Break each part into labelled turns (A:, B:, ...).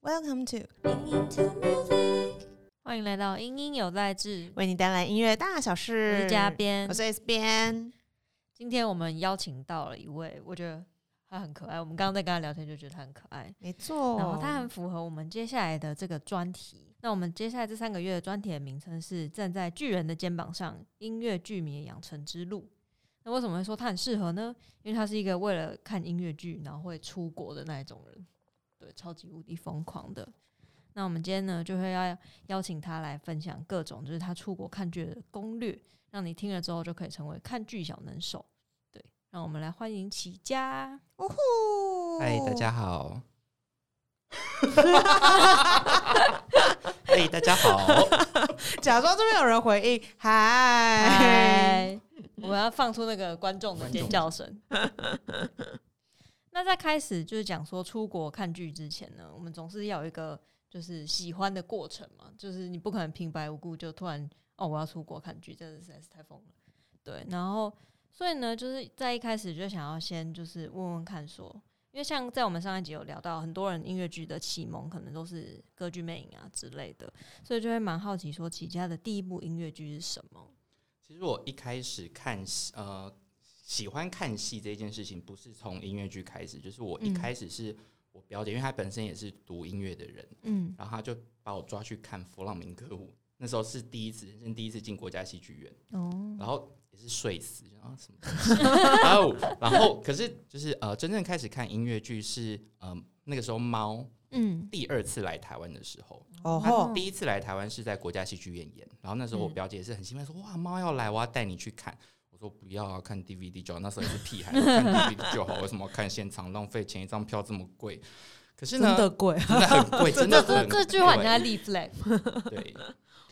A: Welcome to
B: 欢迎来到英英有在志，
A: 为你带来音乐大小
B: 我
A: 事。
B: 是嘉编
A: 我。是 S 边。
B: 今天我们邀请到了一位，我觉得他很可爱。我们刚刚在跟他聊天就觉得他很可爱，
A: 没错，
B: 然后他很符合我们接下来的这个专题。那我们接下来这三个月的专题的名称是《站在巨人的肩膀上：音乐剧迷的养成之路》。那为什么会说他很适合呢？因为他是一个为了看音乐剧然后会出国的那一种人，对，超级无敌疯狂的。那我们今天呢，就会要邀请他来分享各种就是他出国看剧的攻略，让你听了之后就可以成为看剧小能手。对，让我们来欢迎齐家。
A: 呜呼！
C: 嗨，大家好。嘿，大家好。
A: 假装这边有人回应，嗨，
B: 嗨！我们要放出那个观众的尖叫声。那在开始就是讲说出国看剧之前呢，我们总是要有一个就是喜欢的过程嘛，就是你不可能平白无故就突然哦我要出国看剧，真的实在是太疯了。对，然后所以呢，就是在一开始就想要先就是问问看说，因为像在我们上一集有聊到，很多人音乐剧的启蒙可能都是歌剧魅影啊之类的，所以就会蛮好奇说起家的第一部音乐剧是什么。
C: 其实我一开始看戏，呃喜欢看戏这件事情，不是从音乐剧开始，就是我一
B: 嗯
C: 开始是我表姐，因为她本身也是读音乐的人，
B: 嗯，
C: 然后她就把我抓去看弗朗明歌舞，那时候是第一次，人生第一次进国家戏剧院，
B: 哦，
C: 然后也是睡死，然后什么东西， 然后然后可是就是呃真正开始看音乐剧是呃那个时候猫
B: 嗯，
C: 第二次来台湾的时候，
A: 哦
C: 他
A: 吼，
C: 第一次来台湾是在国家戏剧院演，然后那时候我
B: 嗯
C: 表姐也是很兴奋说：“哇，猫要来，我要带你去看。”我说：“不要啊，看 DVD 就好。”那时候也是屁孩，看 DVD 就好，为什么要看现场？浪费钱，一张票这么贵。可是
A: 真
C: 呢，
A: 的贵，
C: 真的很贵，真 的
B: 这
C: 很
B: 这句话人
C: 贵
B: 家立 flag，
C: 对。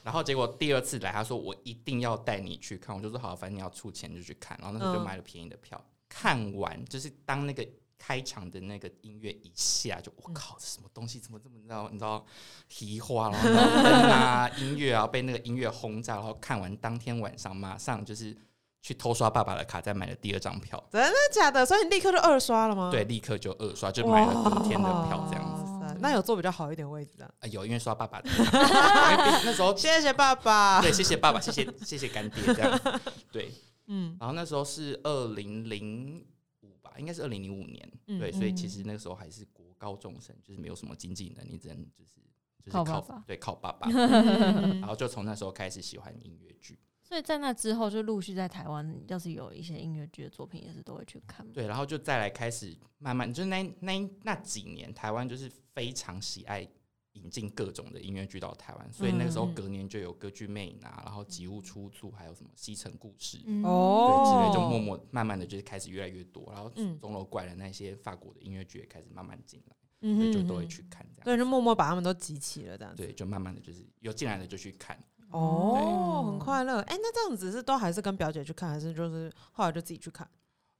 C: 然后结果第二次来，他说：“我一定要带你去看。”我就说：“好，反正你要出钱就去看。”然后那时候就
A: 嗯
C: 买了便宜的票，看完就是当那个。开场的那个音乐一下就，
A: 嗯
C: 我靠，这什么东西怎么这么你知道？你知道，提花，然后然后灯啊，音乐啊，被那个音乐轰炸，然后看完当天晚上马上就是去偷刷爸爸的卡，再买了第二张票，
A: 真的假的？所以你立刻就二刷了吗？
C: 对，，立刻就二刷，就买了隔天的票这样子。
A: 嗯哇塞
B: 嗯
A: 那有坐比较好一点的位置啊？
C: 啊有，因为刷爸爸的卡， 因为毕竟那时候
A: 谢谢爸
B: 啊
A: 爸。
C: 对，谢谢爸爸，谢谢谢谢干爹，这样。 对，
A: 嗯，
C: 然后那时候是二零零五吧，应该是二零零五年，
A: 嗯
C: 对，所以
B: 嗯
C: 其实那个时候还是国高中生，就是没有什么经济能力，只能就是就是
B: 靠
C: 靠
B: 爸爸
C: 对靠爸 爸，然后就从那时候开始喜欢音乐剧，
B: 所以在那之后就陆续在台湾，要是有一些音乐剧的作品，也是都会去看嘛。
C: 对，然后就再来开始慢慢，就是那那那几年台湾就是非常喜爱。引进各种的音乐剧到台湾，所以那个时候
A: 嗯嗯
C: 隔年就有歌剧魅影啊，然后吉屋出租，还有什么西城故事，
B: 嗯
A: 哦
C: 对，之类就默默慢慢的就是开始越来越多，然后
A: 嗯
C: 钟楼怪人那些法国的音乐剧也开始慢慢进来，
A: 嗯
C: 所
A: 哼
C: 以就都会去看这
A: 所
C: 样。
A: 以就默默把他们都集齐了，这样子。
C: 对，就慢慢的就是有进来的就去看，
A: 哦，
B: 对
A: 很快乐。哎、那这样子是都还是跟表姐去看，还是就是后来就自己去看？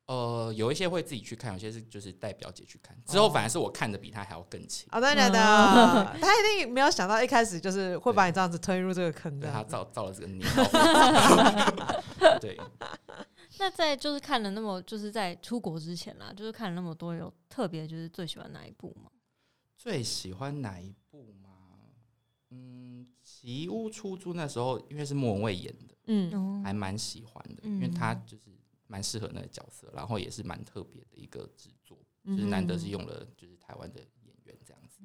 C: 呃，有一些会自己去看，有些是就是带表姐去看，之后
A: 哦
C: 反而是我看的比她还要更勤，
A: 哦，对对对，
B: 啊
A: 他一定没有想到一开始就是会把你这样子推入这个坑
C: 对
A: 的。
C: 她造造了这个 孽报。 对，
B: 那在就是看了那么就是在出国之前啦，就是看了那么多，有特别就是最喜欢哪一部吗？
C: 最喜欢哪一部吗？嗯，《奇屋出租》那时候因为是莫文蔚演的，
A: 嗯
B: 哦
C: 还蛮喜欢的，因为
B: 嗯
C: 她就是蛮适合那个角色，然后也是蛮特别的一个制作。
A: 嗯
C: 就是难得
A: 哼嗯
C: 是用了就是台湾的演员这样子。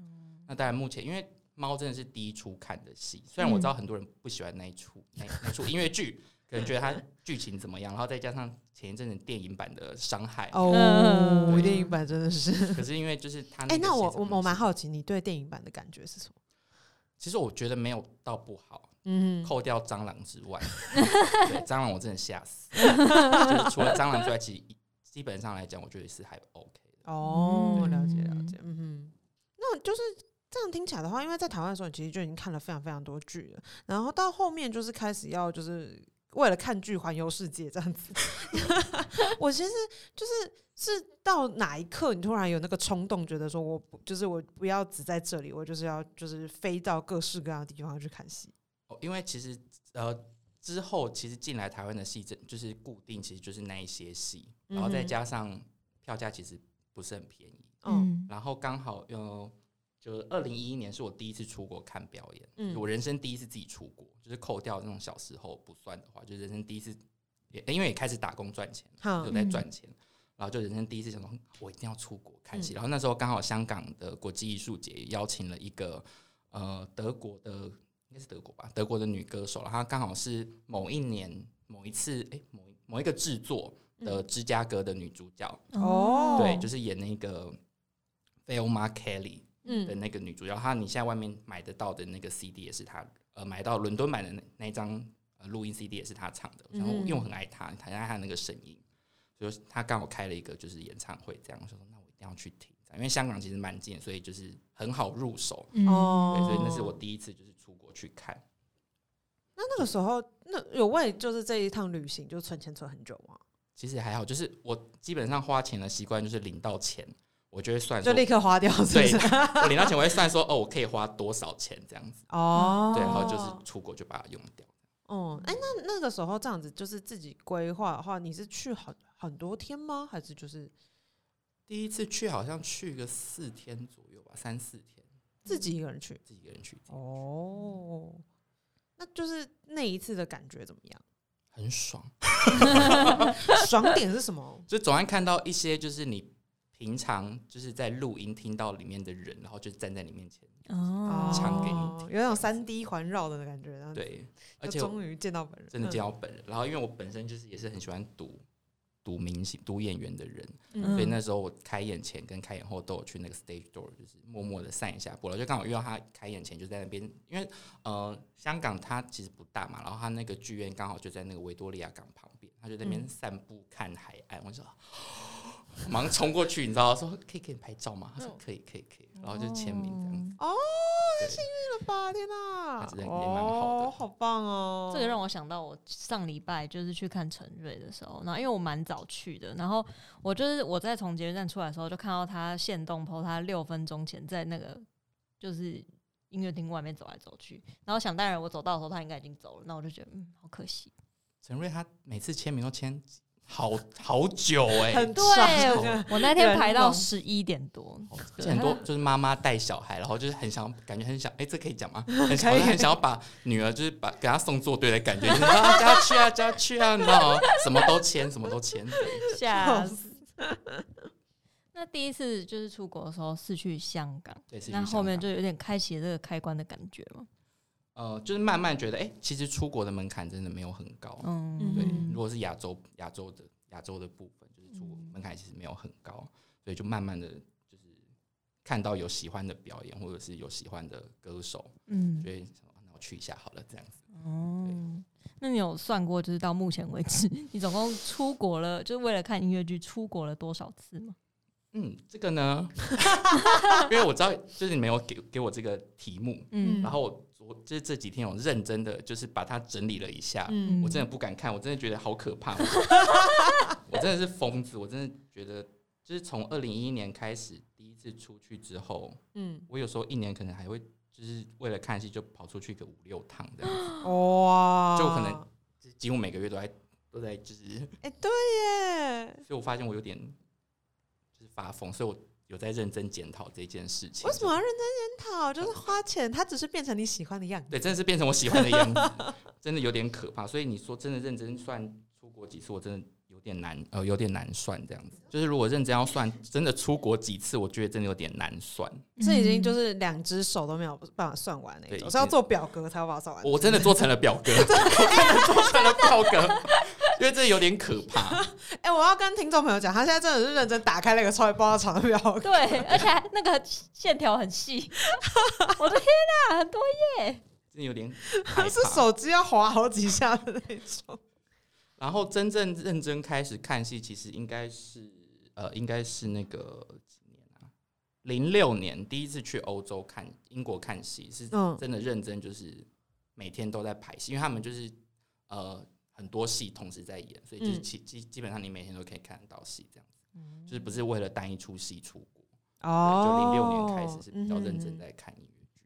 C: 那当然，目前因为猫真的是第一出看的戏，虽然我
A: 嗯
C: 知道很多人不喜欢那一出、那那出音乐剧，可能觉得它剧情怎么样，然后再加上前一阵子电影版的《伤害》
A: 哦，
B: 嗯
A: 电影版真的是。
C: 可是因为就是它
A: 哎、
C: 个
A: 那我
C: 写
A: 我
C: 成的
A: 我蛮
C: 是，
A: 好奇，你对电影版的感觉是什么？
C: 其实我觉得没有到不好，
A: 嗯，
C: 扣掉蟑螂 之外，对蟑螂我真的吓死，就是除了蟑螂之外，其实基本上来讲，我觉得是还 OK 的。
A: 哦，
B: 嗯
A: 了解了解，嗯哼，那就是这样听起来的话，因为在台湾的时候，你其实就已经看了非常非常多剧了，然后到后面就是开始要就是为了看剧环游世界这样子。 我其实就是是到哪一刻，你突然有那个冲动，觉得说我不就是我不要只在这里，我就是要就是飞到各式各样的地方去看戏。
C: 哦，因为其实呃之后其实进来台湾的戏，真就是固定，其实就是那一些戏，然后
A: 嗯
C: 再
A: 哼
C: 加上票价其实不是很便宜，
A: 嗯，
C: 然后刚好呃就是二零一一年是我第一次出国看表演，
A: 嗯
C: 我人生第一次自己出国，就是扣掉那种小时候不算的话，就人生第一次也因为也开始打工赚钱，
A: 好
C: 有在赚钱，然后就人生第一次想说，嗯我一定要出国看戏。
A: 嗯
C: 然后那时候刚好香港的国际艺术节邀请了一个呃德国的，应该是德国吧，德国的女歌手，然后她刚好是某一年某一次哎、诶某一某一个制作的芝加哥的女主角，
A: 哦
C: 嗯对，就是演那个 Velma Kelly 的
A: 嗯
C: 那个女主角，她你现在外面买得到的那个 CD 也是她，呃，买到伦敦版的那那一张呃录音 CD 也是她唱的。然后
A: 嗯
C: 因为我很爱她，很爱她那个声音，所以她刚好开了一个就是演唱会，这样我想说那我一定要去听，因为香港其实蛮近，所以就是很好入手。
B: 嗯
C: 对，所以那是
A: 哦
C: 我第一次就是出国去看。
A: 那那个时候，那有为就是这一趟旅行就存钱存很久吗？
C: 其实还好，就是我基本上花钱的习惯就是领到钱，我就会算
A: 就
C: 说，
A: 立刻花掉，是不
C: 对
A: 是？
C: 我领到钱我会算说哦，我可以花多少钱这样子。
A: 哦，
C: 对，然后就是出国就把它用掉。
A: 哦，
B: 嗯
A: 哎、那那个时候这样子就是自己规划的话，你是去很很多天吗？还是就是
C: 第一次去好像去个四天左右吧，三四天，
A: 自
B: 嗯
A: 己一个人去？
C: 自己一个人去，
A: 哦，那就是那一次的感觉怎么样？
C: 很爽。
A: 爽点是什么？
C: 就总爱看到一些就是你平常就是在录音听到里面的人，然后就站在你面前，
B: 哦，
C: 唱给你
A: 哦
C: 听
A: 有那种三 D 环绕的感觉，然后
C: 对，而
A: 就
C: 且我
A: 终于见到本人，
C: 真的见
A: 嗯
C: 到本人。然后因为我本身就是也是很喜欢读读明星、读演员的人，
B: 嗯
C: 所以那时候我开演前跟开演后都有去那个 stage door，就是默默的散一下步，然后就刚好遇到他开演前就在那边，因为呃香港它其实不大嘛，然后他那个剧院刚好就在那个维多利亚港旁边，他就在那边
A: 嗯
C: 散步看海岸，我就说。马上冲过去，你知道，说可以给你拍照吗？他说可以，可以，可以，然后就签名这样子。
A: 嗯哦，
C: 对
A: 是吧？天哪、
C: 还是也蛮好的
A: 哦，好棒哦！
B: 这个让我想到我上礼拜就是去看陈瑞的时候，然后因为我蛮早去的，然后我就是我在从捷运站出来的时候，就看到他现动 PO 他六分钟前在那个就是音乐厅外面走来走去，然后想当然我走到的时候他应该已经走了，那我就觉得嗯好可惜，
C: 陈瑞他每次签名都签好好久哎、
A: 很
B: 对
A: 爽，
B: 我那天排到
A: 人 龙
B: 十一点多，对
C: 很多就是妈妈带小孩，然后就是很想，感觉很想，哎、这可以讲吗？ 很想，
A: 可以
C: 很想要把女儿就是把给她送作对的感觉，你知道吗？叫她去啊，叫她去啊，你知道吗？什么都签，什么都签，对
B: 吓死。那第一次就是出国的时候是去香港，
C: 对，是去
B: 那
C: 香
B: 后面
C: 港
B: 就有点开启了这个开关的感觉嘛。
C: 呃，就是慢慢觉得，哎、其实出国的门槛真的没有很高，
B: 嗯，
C: 对
A: 嗯，
C: 如果是亚洲亚洲的亚洲的部分，就是出国门槛其实没有很高，所以就慢慢的就是看到有喜欢的表演，或者是有喜欢的歌手，
B: 嗯
C: 所，以想说啊那我去一下好了，这样子。
B: 哦，那你有算过，就是到目前为止， 你总共出国了，就是为了看音乐剧出国了多少次吗？
C: 嗯，这个呢， 因为我知道，就是你没有给给我这个题目，
A: 嗯
C: 然后我昨就是这几天我认真的就是把它整理了一下，
A: 嗯
C: 我真的不敢看，我真的觉得好可 怕，我我真的是疯子，我真的觉得就是从二零一一年开始第一次出去之后，
A: 嗯，
C: 我有时候一年可能还会就是为了看戏就跑出去个五六趟这样子，
A: 哇，
C: 就可能就是几乎每个月都在都在就是，
A: 哎、对耶，
C: 所以我发现我有点就是发疯，所以我有在认真检讨这件事情。
A: 为什么要认真检讨？就是花钱，它只是变成你喜欢的样子。
C: 对，真的是变成我喜欢的样子， 真的有点可怕。所以你说真的认真算出国几次，我真的有点难，呃，有点难算这样子。就是如果认真要算，真的出国几次，我觉得真的有点难算。
A: 这已经就是两只手都没有办法算完那
C: 对
A: 种，
C: 已
A: 是要
C: 经
A: 做表格才有办法算完。
C: 我真的做成了 表格，我真的做成了表格， 因为这有点可怕。
A: 哎、我要跟听众朋友讲，他现在真的是认真打开那个超级爆炸长的表格，
B: 嗯对，而且还那个线条很 细，我的天哪、很多
C: 真的有点害
A: 他 是
C: 怕。
A: 手机要滑好几下的那种。
C: 然后真正认真开始看戏，其实应该是呃，应该是那个几年啊，零六年第一次去欧洲看英国看戏，是
A: 嗯
C: 真的认真，就是每天都在排戏，因为他们就是呃很多戏同时在演，所以就是
A: 嗯
C: 基基、基本上你每天都可以看得到戏，这样子，就是不是为了单一出戏出国。对就零六年开始是比较认真
A: 哦嗯
C: 在看音乐剧。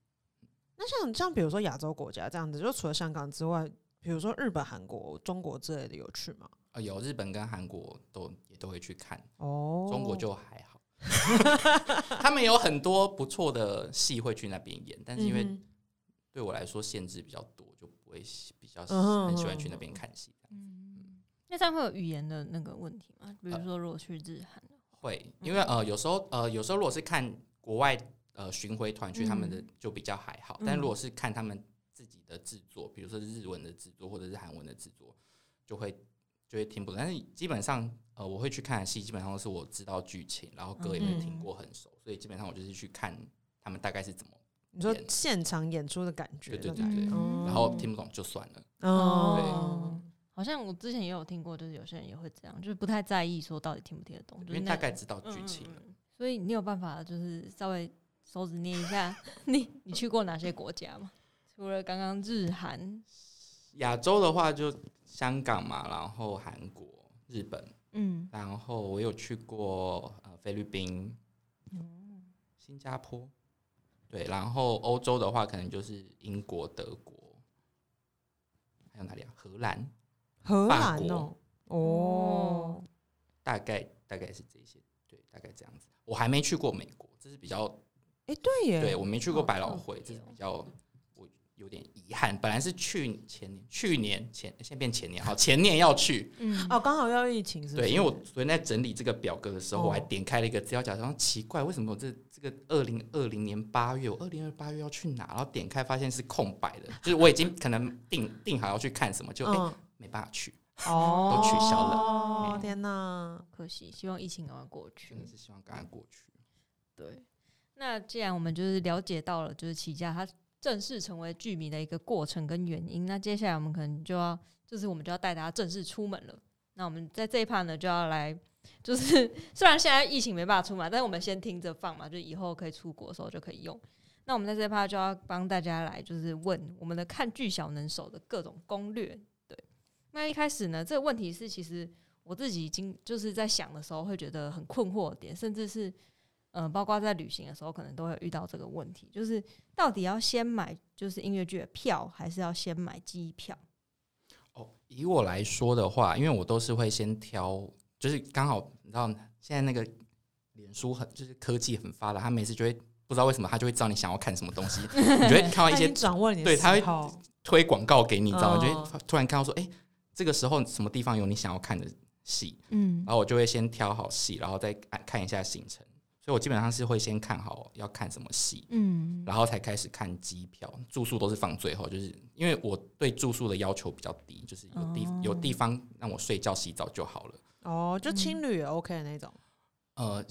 A: 那像像比如说亚洲国家这样子，就除了香港之外，比如说日本、韩国、中国之类的有去吗？
C: 呃啊、有日本跟韩国都也都会去看，
A: 哦，
C: 中国就还好。 他们有很多不错的戏会去那边演，但是因为
A: 嗯
C: 对我来说限制比较多，就不会喜比较喜
A: 嗯哼
C: 很喜欢去那边看戏。
B: 嗯，那这样会有语言的那个问题吗？比如
C: 呃
B: 说，如果去日韩，
A: 嗯
C: 会，因为呃有时候呃有时候如果是看国外呃巡回团去他们
A: 嗯
C: 的就比较还好，但
B: 嗯
C: 如果是看他们自己的制作，比如说日文的制作或者是韩文的制作，就会就会听不懂。但是基本上呃我会去看的戏，基本上都是我知道剧情，然后歌也会
A: 嗯
C: 听过很熟，所以基本上我就是去看他们大概是怎么，
A: 你说
C: 演
A: 现场演出的感觉，
C: 对对
A: 这样
C: 对
A: 嗯
C: 然后听不懂就算了。
A: 呃哦，
B: 好像我之前也有听过，就是有些人也会这样，就是不太在意说到底听不听得懂，就是
C: 因为
B: 那
C: 大
B: 个
C: 概知道剧
B: 嗯
C: 情了。
B: 嗯嗯所以你有办法就是稍微手指捏一下，你你去过哪些国家吗？除了刚刚日韩，
C: 亚洲的话，就香港嘛，然后韩国、日本，
B: 嗯，
C: 然后我有去过呃菲律宾、
B: 哦
C: 新加坡，对，然后欧洲的话，可能就是英国、德国，还有哪里啊？荷兰，
A: 荷
C: 法
A: 兰哦
C: 国，
A: 哦，
C: 大概大概是这些，对，大概这样子。我还没去过美国，这是比较
A: 哎，对耶，
C: 对我没去过
B: 好
C: 百老
B: 特
C: 汇，
B: 别
C: 这是
B: 哦
C: 比较我有点遗憾。本来是去前年、去年前，现在变前年，好，前年要去，
B: 嗯，
A: 哦，刚好要疫 情是不是？
C: 对，因为我昨天在整理这个表格的时候，
A: 哦
C: 我还点开了一个资料夹，然后奇怪为什么我这这个二零二零年八月，我二零二八月要去哪？然后点开发现是空白的，就是我已经可能定定好要去看什么，就、哎
A: 嗯
C: 没办法去，
A: 哦，
C: 都取消了
A: 哦
C: 嗯，
A: 天哪，
B: 可惜，希望疫情赶快过去
C: 真。的是希望赶快过去。
B: 对，那既然我们就是了解到了，就是起家它正式成为剧迷的一个过程跟原因，那接下来我们可能就要，就是我们就要带大家正式出门了。那我们在这一趴呢，就要来，就是 虽然现在疫情没办法出门，但是我们先听着放嘛，就以后可以出国的时候就可以用。那我们在这一趴就要帮大家来，就是问我们的看剧小能手的各种攻略。对，那一开始呢，这个问题是其实我自己已经就是在想的时候会觉得很困惑的点，甚至是呃，包括在旅行的时候，可能都会遇到这个问题，就是到底要先买就是音乐剧的票，还是要先买机票？
C: 哦，以我来说的话，因为我都是会先挑，就是刚好你知道现在那个脸书很就是科技很发达，他每次就会不知道为什么他就会知道你想要看什么东 西，你就会看到
A: 他
C: 一
A: 已
C: 些
A: 经掌握了你的
C: 对他会
A: 喜好
C: 推广告给你，你知道吗？
A: 嗯
C: 就会突然看到说，哎、这个时候什么地方有你想要看的戏，
B: 嗯
C: 然后我就会先挑好戏，然后再看看一下行程。所以我基本上是会先看好要看什么戏，
B: 嗯
C: 然后才开始看机票、住宿都是放最后，就是因为我对住宿的要求比较低，就是有地、
B: 哦
C: 有地方让我睡觉、洗澡就好了。
A: 哦，就青旅也 OK 的那种
C: 呃，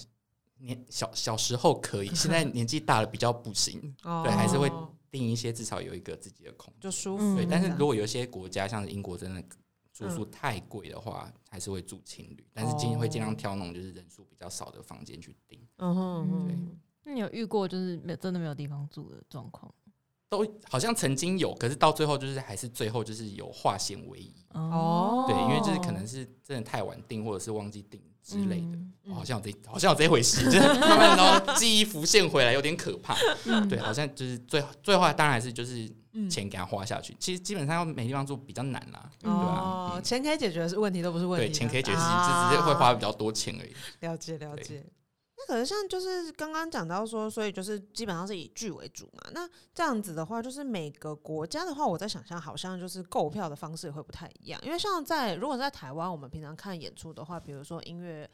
C: 年小小时候可 以，现在年纪大了比较不行，
A: 哦，
C: 对，还是会定一些至少有一个自己的空间。
A: 就舒
B: 嗯嗯
A: 服这样。
C: 对，但是如果有一些国家，像是英国，真的住宿太贵的话，还是会住情侣，但
B: 哦
C: 是今天会尽量挑那种就是人数比较少的房间去订，
A: 嗯哼嗯
B: 对
A: 哼，
B: 那你有遇过就是没有真的没有地方住的状况？
C: 都好像曾经有，可是到最后就是还是最后就是有化险为夷，
A: 哦
C: 对，因为就是可能是真的太晚订或者是忘记订之类的。
B: 嗯
C: 哦好像有这，好像有这回事， 就是慢慢然后记忆浮现回来，有点可怕。
B: 嗯
C: 对，好啊像就是最最后当然还是就是
A: 嗯
C: 钱给他花下去。其实基本上要没地方住比较难啦，
B: 对吧
A: 哦，
C: 嗯
A: 钱可以解决的是问题，都不是问题
C: 对，
A: 的。
C: 钱可以解决，只
A: 啊
C: 是只是会花比较多钱而已。
A: 了解了
C: 对
A: 解。那可是像就是刚刚讲到说，所以就是基本上是以剧为主嘛。那这样子的话，就是每个国家的话，我在想象好像就是购票的方式会不太一样。因为像在如果在台湾，我们平常看演出的话，比如说音乐。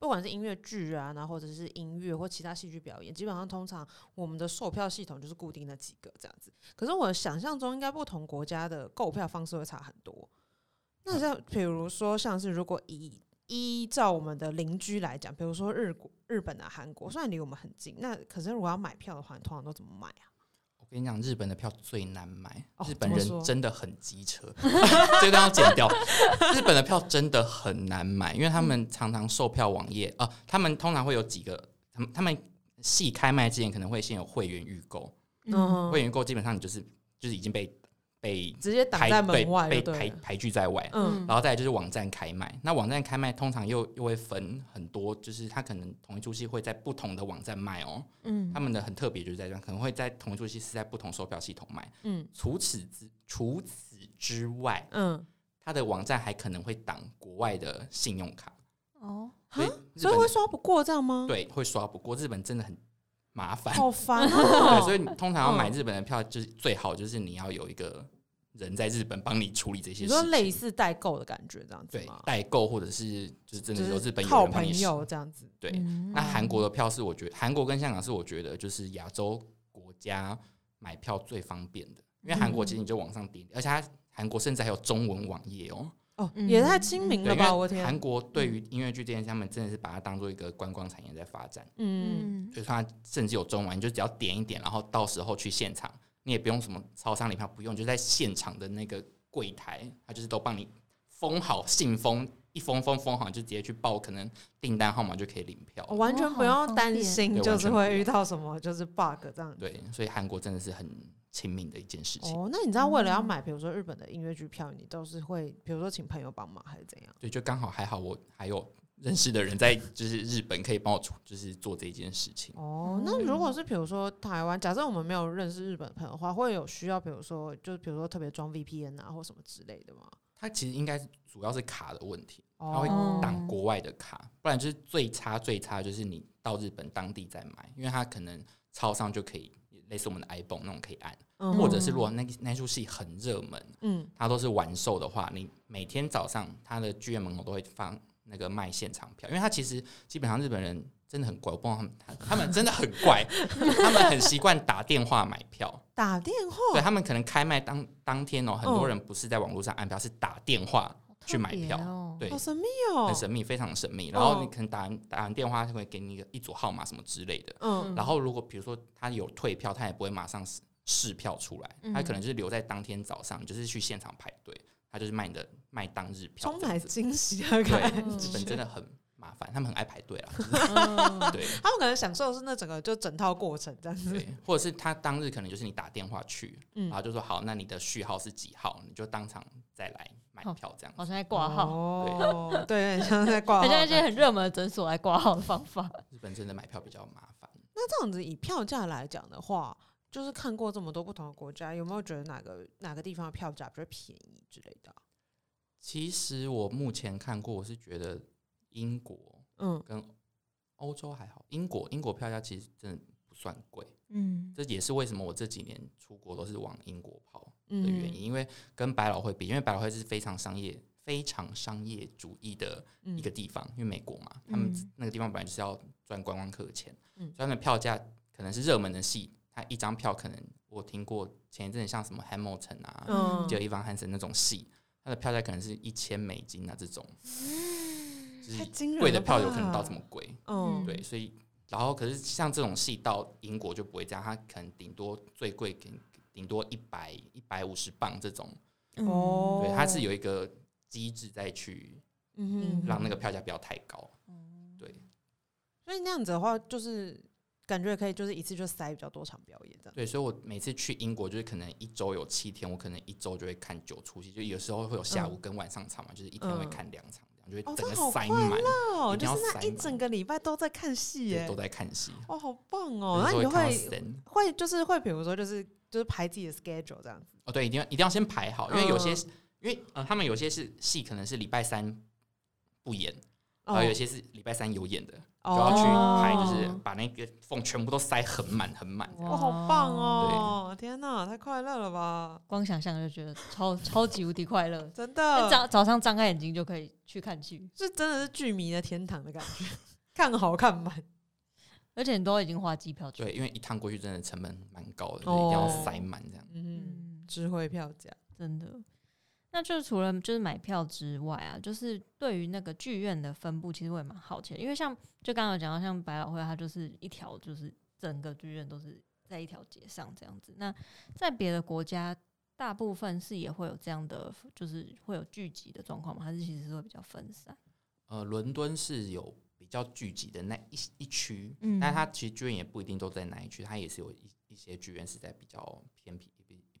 A: 不管是音乐剧啊，然后或者是音乐或其他戏剧表演，基本上通常我们的售票系统就是固定的几个这样子。可是我想象中，应该不同国家的购票方式会差很多。那像比如说，像是如果以依照我们的邻居来讲，比如说日国、日本啊、韩
C: 嗯
A: 国，虽然离我们很近，那可是如果要买票的话，你通常都怎么买啊？
C: 我跟你讲，日本的票最难买，
A: 哦
C: 日本
A: 怎么说
C: 人真的很机车， 这个要剪掉。日本的票真的很难买，因为他
A: 嗯
C: 们常常售票网页啊、呃他们通常会有几个，他们他们戏开卖之前可能会先有会员预购，
A: 嗯，
C: 会员预购基本上你就是就是已经被被
A: 直接挡
C: 排
A: 在
C: 被
A: 门外
C: 被
A: 就对
C: 排
A: 了。
C: 排拒在外，
A: 嗯
C: 然后再来就是网站开卖，那网站开卖通常又又会分很多，就是它可能同一出戏会在不同的网站卖哦。
B: 嗯
C: 他们的很特别就是在这样，可能会在同一出戏是在不同售票系统卖。
A: 嗯
C: 除此之除此之外，
A: 嗯，
C: 它的网站还可能会挡国外的信用卡，
B: 哦
C: 所以日
A: 啊所以
C: 本
A: 会刷不过这样吗？，
C: 对会刷不过，日本真的很麻烦。
A: 好烦
C: 对，
A: 哦。
C: 所以你通常要买
A: 嗯
C: 日本的票，就是最好就是你要有一个人在日本帮你处理这些
A: 你
C: 事
A: 说
C: 情，
A: 类似代购的感觉这样子
C: 对
A: 吗？
C: 代购或者是就是真
A: 就
C: 的有日
A: 是
C: 本有
A: 靠
C: 人帮你
A: 朋友
C: 收
A: 这样子。
C: 对，
B: 嗯
C: 那韩国的票是我觉得韩国跟香港是我觉得就是亚洲国家买票最方便的，因为韩国其实你就网上订，而且它韩国甚至还有中文网页哦。
A: 哦，
B: 嗯
A: 也太亲民
C: 对，
A: 了
C: 因
A: 吧！我
C: 为
A: 的天，嗯
C: 韩国对于音乐剧这件事，他们真的是把它当做一个观光产业在发展，
A: 嗯，
B: 嗯
C: 所以它甚至有中文，你就只要点一点，然后到时候去现场，你也不用什么超商领票，不用，就在现场的那个柜台，它就是都帮你封好信封。一封封封好，你就直接去报可能订单号码就可以领票了
A: 我。完
B: 哦
A: 全不用担心，
C: 对
A: 就
C: 完
A: 是
C: 全不
A: 会
C: 一
A: 遇
C: 样
A: 到什么就是 bug 这样。
C: 对，所以韩国真的是很亲民的一件事情。
A: 哦，那你知道为了要买，比如说日本的音乐剧票，你都是会，比如说请朋友帮忙还是怎样？
C: 对，就刚好还好，我还有认识的人在 就是日本可以帮我处，就是做这件事情。
A: 哦，那如果是比如说台湾，假设我们没有认识日本朋友的话，会有需要，比如说就是比如说特别装 VPN 啊或什么之类的吗？
C: 它其实应该是主要是卡的问题，它会
A: 哦，
C: 挡国外的卡，不然就是最差最差就是你到日本当地再买，因为它可能超商就可以。类似我们的 iPhone 那种可以按，
A: 嗯
C: 或者是如果那那出戏很热门，
A: 嗯
C: 它都是完售的话，你每天早上它的剧院门口都会放那个卖现场票，因为它其实基本上日本人真的很怪，我不知道他们他他们真的很怪，他们很习惯打电话买票，
A: 打电话
C: 对他们可能开卖当当天哦，很多
A: 嗯
C: 人不是在网络上按票，是打电话去买票，
B: 好特别哦
C: 对
A: 好，神秘哦
C: 很，神秘，非常神秘。
A: 哦
C: 然后你可能打完打完电话，他会给你一个一组号码什么之类的。
A: 嗯
C: 然后如果比如说他有退票，他也不会马上试试票出来，
B: 嗯
C: 他可能就是留在当天早上，你就是去现场排队，他就是卖你的卖当日票
A: 充
C: 这样
A: 满
C: 子。
A: 惊喜的 感
B: 对
C: 日本
A: 觉。
C: 真的很麻烦，他们很爱排队啦。
B: 嗯
C: 对
A: 他们可能享受的是那整个就整套过程这样子，
C: 对，或者是他当日可能就是你打电话去，
A: 嗯
C: 然后就说好，那你的序号是几号，你就当场再来买
B: 哦
C: 票这样子。
B: 好像在挂号，
A: 哦， 对，有点像在挂
B: 好
A: 号。
B: 像一些
A: 那
B: 很热门的诊所来挂号的方法。
C: 日本真的买票比较麻烦。
A: 这样子以票价来讲的话，就是看过这么多不同的国家，有没有觉得哪个哪个地方的票价比较便宜之类的啊？
C: 其实我目前看过，我是觉得英国
A: 嗯，
C: 跟欧洲还好，英国英国票价其实真的不算贵，
B: 嗯
C: 这也是为什么我这几年出国都是往英国跑的
A: 嗯
C: 原因，因为跟百老汇比，因为百老汇是非常商业、非常商业主义的
A: 嗯
C: 一个地方，因为美国嘛，他们
B: 嗯
C: 那个地方本来就是要赚观光客的钱，
A: 嗯
C: 所以他们票价可能是热门的戏，它一张票可能我听过前一阵子像什么 Hamilton 啊，
A: 嗯
C: 就伊凡汉森那种戏，它的票价可能是一千美金啊，这种，就
A: 嗯太
C: 是
A: 惊人了吧，
C: 贵的票有可能到这么贵，
A: 嗯，
C: 对，所以然后可是像这种戏到英国就不会这样，它可能顶多最贵给顶多一百一百五十磅这种，
B: 嗯
A: 哦，
C: 对，它是有一个机制再去
A: 嗯哼
C: 让那个票价不要太高，
A: 所以那样子的话，就是感觉可以，就是一次就塞比较多场表演这样。
C: 对，所以我每次去英国就是可能一周有七天，我可能一周就会看九出戏，就有时候会有下午跟晚上场嘛，就是一天会
A: 嗯
C: 看两场，这样就
A: 哦
C: 会整
A: 这
C: 个
A: 好
C: 塞
A: 快
C: 满，
A: 哦，就
C: 一定要
A: 是那
C: 塞
A: 一
C: 满
A: 整个礼拜都在看戏
C: 对
A: 耶
C: 都，在看戏。
A: 哦，好棒
C: 有
A: 哦！那
C: 时候
A: 你
C: 看到
A: 会
C: stand
A: 会就是会，比如说就是就是排自己的 schedule 这样子，
C: 哦，对，一定要一定要先排好，因为有些、
A: 嗯
C: 因为呃，他们有些是戏可能是礼拜三不演，然
A: 哦
C: 后有些是礼拜三有演的，
A: 哦
C: 就要去排，就是
B: 哦
C: 把那个缝全部都塞很满很满。
A: 哇，好棒！哦！天哪，太快乐了吧！
B: 光想象就觉得超 超级无敌快乐。
A: 真
B: 那
A: 的，
B: 早早上张开眼睛就可以去看剧，
A: 这真的是剧迷的天堂的感觉， 看好看满。
B: 而且你都已经花机票去了。
C: 对，因为一趟过去真的成本蛮高的，就一定要
A: 哦
C: 塞满这样。
A: 嗯，
B: 嗯，
A: 智慧票价，
B: 真的。那就除了就是买票之外啊，就是对于那个剧院的分布，其实我也蛮好奇的，因为像就刚刚有讲到，像百老汇它就是一条，就是整个剧院都是在一条街上这样子。那在别的国家，大部分是也会有这样的，就是会有聚集的状况吗？还是其实是会比较分散？
C: 呃，伦敦是有比较聚集的那一一区，
B: 嗯
C: 但它其实剧院也不一定都在那一区，它也是有一一些剧院是在比较偏僻，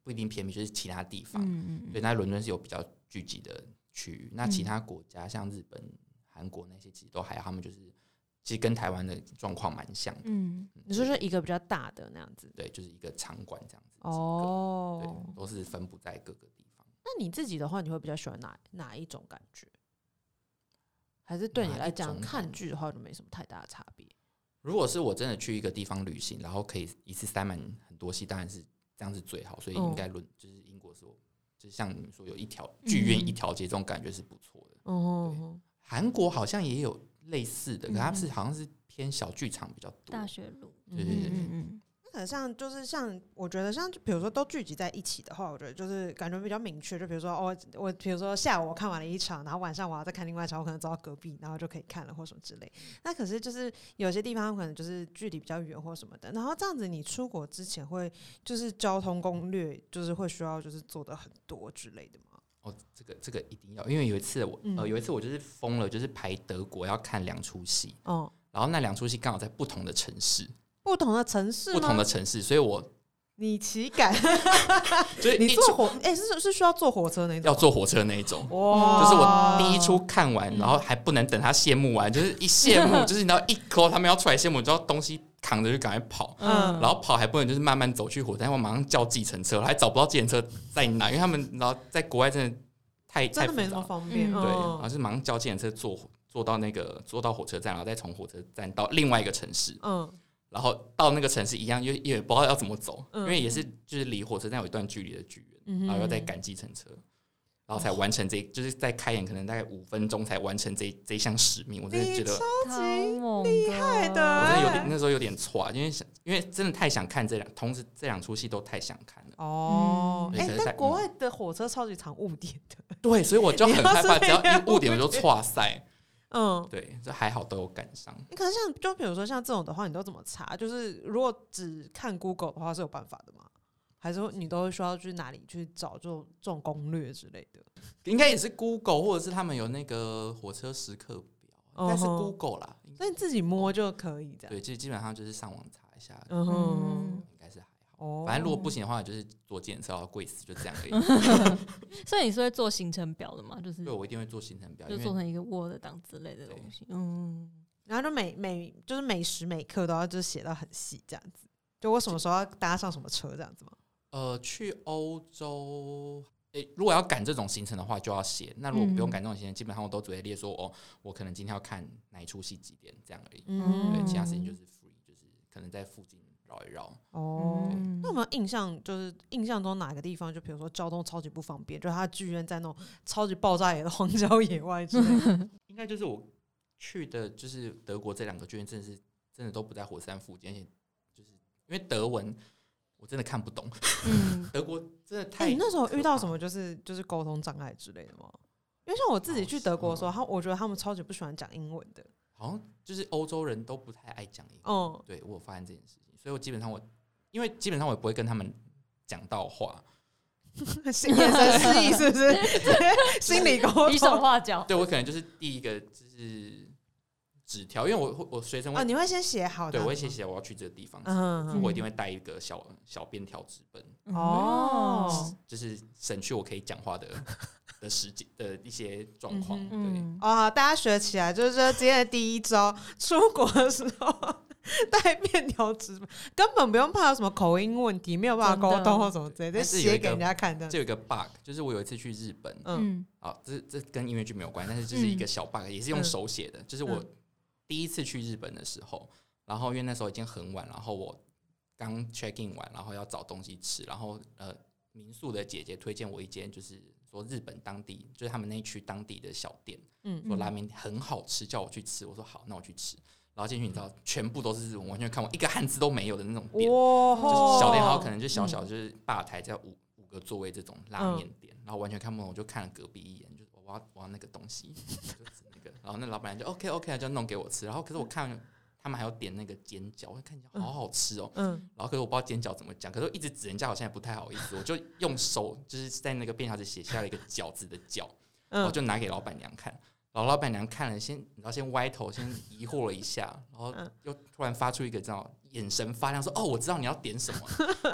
C: 不一定偏僻，就是其他地方。
B: 嗯
C: 对，那伦敦是有比较聚集的区域。
A: 嗯
C: 那其他国家像日本、韩国那些，其实都还好，他们就是其实跟台湾的状况蛮像的。
B: 嗯
C: 嗯
A: 你说是一个比较大的那样子
C: 对，就是一个场馆这样子。几个，
A: 哦
C: 对，都是分布在各个地方。
A: 那你自己的话，你会比较喜欢哪哪一种感觉？还是对你
C: 哪
A: 来
C: 一
A: 讲
C: 种
A: 看
C: 感
A: 剧的话就没什么太大的差别？
C: 如果是我真的去一个地方旅行，然后可以一次塞满很多戏，当然是这样是最好。所以应该
A: 嗯
C: 论、就是英国说，就是像你们说有一条剧院
A: 嗯
C: 一条街这种感觉是不错的。
A: 哦，
C: 韩国好像也有类似的，可它是
B: 嗯
C: 好像是偏小剧场比较多。
B: 大学路，
C: 对对对
B: 嗯嗯
A: 那像就是像我觉得像比如说都聚集在一起的话，我觉得就是感觉比较明确。就比如说哦，我比如说下午我看完了一场，然后晚上我要再看另外一场，我可能走到隔壁，然后就可以看了或什么之类。那可是就是有些地方可能就是距离比较远或什么的。然后这样子你出国之前会就是交通攻略就是会需要就是做的很多之类的吗？
C: 哦，这个这个一定要，因为有一次我、
A: 嗯
C: 呃有一次我就是疯了，就是排德国要看两出戏，
A: 哦，
C: 然后那两出戏刚好在不同的城市，
A: 不同的城市吗？
C: 不同的城市，所以我
A: 你岂 敢？
C: 就是
A: 你
C: 一
A: 坐
C: 出
A: 火哎、是是需要坐火车那种？
C: 要坐火车那一种。
A: 哇
C: 就是我第一出看完，然后还不能等他谢幕完，就是一谢 幕，就是你知道一抠他们要出来谢幕，你知道东西扛着就赶快跑，
A: 嗯
C: 然后跑还不能就是慢慢走去火车站，我马上叫计程车，还找不到计程车在哪，因为他们你知道在国外真的太
A: 真
C: 太
A: 的
C: 复
A: 没那
C: 杂
A: 么
C: 了，
A: 方便。
B: 嗯
C: 对，然
A: 嗯
C: 后就是马上叫计程车坐坐到那个坐到火车站，然后再从火车站到另外一个城市，
A: 嗯
C: 然后到那个城市一样，又也不知道要怎么走，
A: 嗯
C: 因为也是就是离火车站有一段距离的剧院。
A: 嗯哼，
C: 然后又再赶计程车，然后才完成这，就是在开演可能大概五分钟才完成这这一项使命。我真的觉得，
B: 超猛厉害
A: 的
C: 我真的有
A: 哎
C: 点那时候有点错，啊因为想，因为真的太想看这两，同时这两出戏都太想看了。
A: 哦，
C: 嗯
A: 哎、
C: 对可是
A: 但
C: 在
A: 国
C: 嗯
A: 外的火车超级常误点的，
C: 对，所以我就很
A: 你
C: 害怕，只
A: 要是
C: 要
A: 那个
C: 一误点我就错赛。
A: 嗯。
C: 对，这还好都有赶上。
A: 可是像嗯就比如说像这种的话，你都怎么查？就是如果只看 Google 的话是有办法的吗？还是你都需要去哪里去找这种这种攻略之类的？
C: 应该也是 Google 或者是他们有那个火车时刻表，应该是
A: 嗯哼
C: Google 啦。应该
A: 那你自己摸就可以这样。
C: 对，就基本上就是上网查一下，
A: 嗯哼
B: 嗯，
C: 应该是还好。
A: 哦，
C: 反正如果不行的话，就是做检测，然后跪死，就这样而已。
B: 所以你是会做行程表的嘛？就是
C: 对，我一定会做行程表，
B: 就
C: 因为
B: 做成一个 Word 档之类的
C: 对
B: 东西。嗯，
A: 然后就每每就是每时每刻都要就是写到很细这样子，就我什么时候要搭上什么车这样子吗？
C: 呃，去欧洲，诶、如果要赶这种行程的话，就要写。那如果不用
B: 嗯
C: 赶这种行程，基本上我都只会列说，哦，我可能今天要看哪一出戏几点这样而已。
B: 嗯
C: 对，其他事情
A: 嗯
C: 就是 free，就是可能在附近绕一绕。
A: 哦，
B: 嗯
A: 那有没有印象？就是印象中哪个地方，就比如说交通超级不方便，就是它的剧院在那种超级爆炸野的荒郊野外之类 的。
C: 应该就是我去的，就是德国这两个剧院，真的是真的都不在火山附近，而且就是因为德文我真的看不懂，
B: 嗯，
C: 德国真的太、
A: 哎、你那时候遇到什么？就是就是沟通障碍之类的吗？因为像我自己去德国的时候，他
C: 好
A: 我觉得他们超级不喜欢讲英文的。
C: 好像就是欧洲人都不太爱讲英文。
A: 嗯
C: 对我有发现这件事情，所以我基本上我，因为基本上我也不会跟他们讲到话，
A: 是眼神示意是不 是？心理沟
B: 比手
A: 通
B: 画 脚。
C: 对我可能就是第一个就是纸条，因为我会我随身会，
A: 哦，你会先写好的，
C: 对我会写。写我要去这个地方，
A: 嗯，
C: 我一定会带一个小小便条纸本，
A: 哦
C: 就是省去我可以讲话 的的时间的一些状况，
A: 嗯
C: 对。
B: 嗯，
A: 哦，大家学起来，就是说今天的第一招，出国的时候带便条纸，根本不用怕有什么口音问题，没有办法沟
B: 真的
A: 通或什么之类的，就
C: 但是有
A: 写
C: 一
A: 给
C: 个
A: 人家看的。
C: 这有一个 bug，就是我有一次去日本，
A: 嗯
B: 嗯
C: 啊，这这跟音乐剧没有关，但是这是一个小 bug，、也
A: 嗯
C: 是用手写的。就是我第一次去日本的时候，然后因为那时候已经很晚，然后我刚 check in 完，然后要找东西吃，然后呃，民宿的姐姐推荐我一间，就是说日本当地，就是他们那一区当地的小店，
A: 嗯
C: 说拉面很好吃，叫我去吃。我说好，那我去吃。然后进去，你知道，全部都是日文，完全看我一个汉字都没有的那种店，
A: 哇
C: 就是
A: 吼，
C: 嗯小店，然后可能就小小就是吧台，只要五五个座位这种拉面店，然后完全看不懂，我就看了隔壁一眼，就是我要我要那个东西， 我就指那个，然后那老板娘就 OK OK 就弄给我吃，然后可是我看他们还有点那个煎饺，我看起来好好吃哦，
A: 嗯
C: 然后可是我不知道煎饺怎么讲，可是我一直指人家，好像也不太好意思，我就用手就是在那个便条纸写下了一个饺子的饺，然后
A: 嗯，
C: 就拿给老板娘看。然后老板娘看了，先然后先歪头，先疑惑了一下，然后
A: 嗯
C: 又突然发出一个这种眼神发亮，说：“哦，我知道你要点 什么。”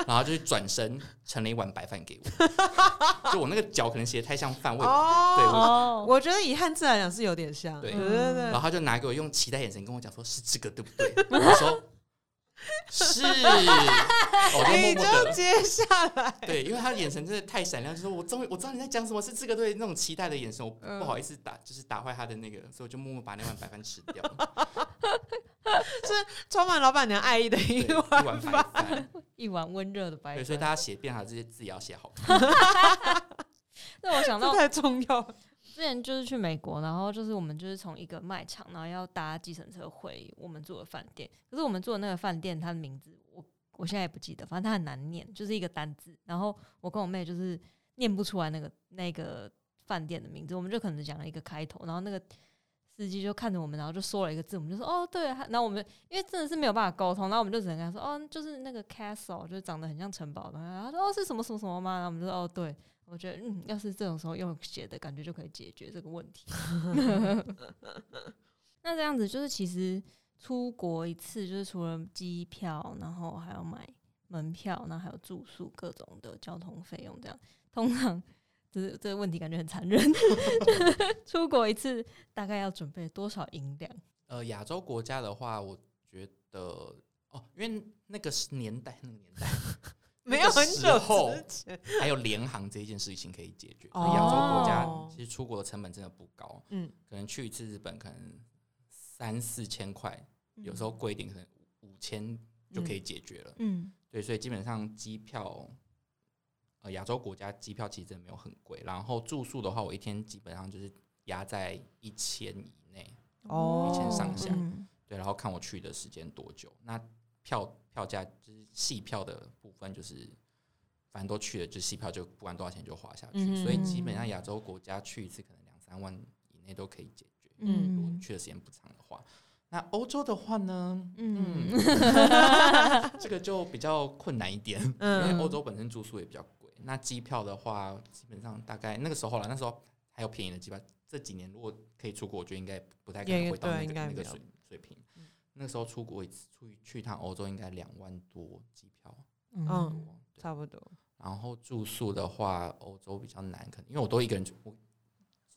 C: 然后就是转身盛了一碗白饭给我。 就我那个脚可能写的太像饭，我也嗯对
A: 哦，
B: 哦，
A: 我觉得以汉字来讲是有点像，
C: 对
A: 对对
C: 然后
A: 对，
C: 他就拿给我用期待眼神跟我讲说：“是这个对不对？”我说：“是，哦我就默
A: 哎你
C: 默
A: 就
C: 的。
A: 接下来，
C: 对，因为他的眼神真的太闪亮，就是我终于我知道你在讲什么，是这个对那种期待的眼神，我不
A: 嗯
C: 不好意思打，就是打坏他的那个，所以我就默默把那碗白饭吃掉，
A: 充满老板娘爱意的
C: 对
A: 一
C: 一碗
A: 碗
C: 白
A: 饭。
C: 饭。
B: 一碗温热的白
C: 对，所以
B: 饭。
C: 大家写变好这些字也要 写好。
B: 那我想到
A: 这太重要了，
B: 之前就是去美国，然后就是我们就是从一个卖场，然后要搭计程车回我们住的饭店。可是我们住的那个饭店，它的名字我我现在也不记得，反正它很难念，就是一个单字。然后我跟我妹就是念不出来那个那个饭店的名字，我们就可能讲了一个开头，然后那个司机就看着我们，然后就说了一个字，我们就说哦对，然后我们因为真的是没有办法沟通，然后我们就只能跟他说哦就是那个 castle，就是长得很像城堡的，然后他说哦是什么什么什么吗？然后我们就说哦对，我觉得嗯要是这种时候用写的感觉就可以解决这个问 题。那这样子就是其实出国一次就是除了机票，然后还要买门票，然后还有住宿各种的交通费用这样，通常。这是这个问题感觉很残忍， 出国一次大概要准备多少银两？
C: 呃，亚洲国家的话，我觉得哦，因为那个是年代，那个年代
A: 没有很
C: 那个时
A: 久
C: 候
A: 之前。
C: 还有联航这一件事情可以解决。
A: 哦
C: 亚洲国家
A: 哦
C: 其实出国的成本真的不高，
A: 嗯，
C: 可能去一次日本可能三四千块，有
A: 嗯
C: 时候贵一点可能五千就可以解决了。
B: 嗯，
C: 对，所以基本上机票，呃，亚洲国家机票其实真的没有很贵。然后住宿的话，我一天基本上就是压在一千以内。
A: 哦
C: 以前上下
B: 嗯
C: 对，然后看我去的时间多久。那票票价就是戏票的部分，就是反正都去了，就戏票就不管多少钱就花下去。
A: 嗯
C: 所以基本上亚洲国家去一次可能两三万以内都可以解决，如果
B: 嗯
C: 去的时间不长的话。那欧洲的话呢，嗯
B: 嗯，
C: 这个就比较困难一点，因为
A: 嗯
C: 欧洲本身住宿也比较贵。那机票的话，基本上大概那个时候了，那时候还有便宜的机票。这几年如果可以出国，我觉得应该不太可能
A: 也
C: 回到
A: 对
C: 那个
A: 应该
C: 那个
A: 没有嗯
C: 水水平。那时候出国一次，出去去一趟欧洲应该两万多机票，
A: 嗯
C: 多对
A: 差不多。
C: 然后住宿的话，欧洲比较难，可能因为我都一个人住，我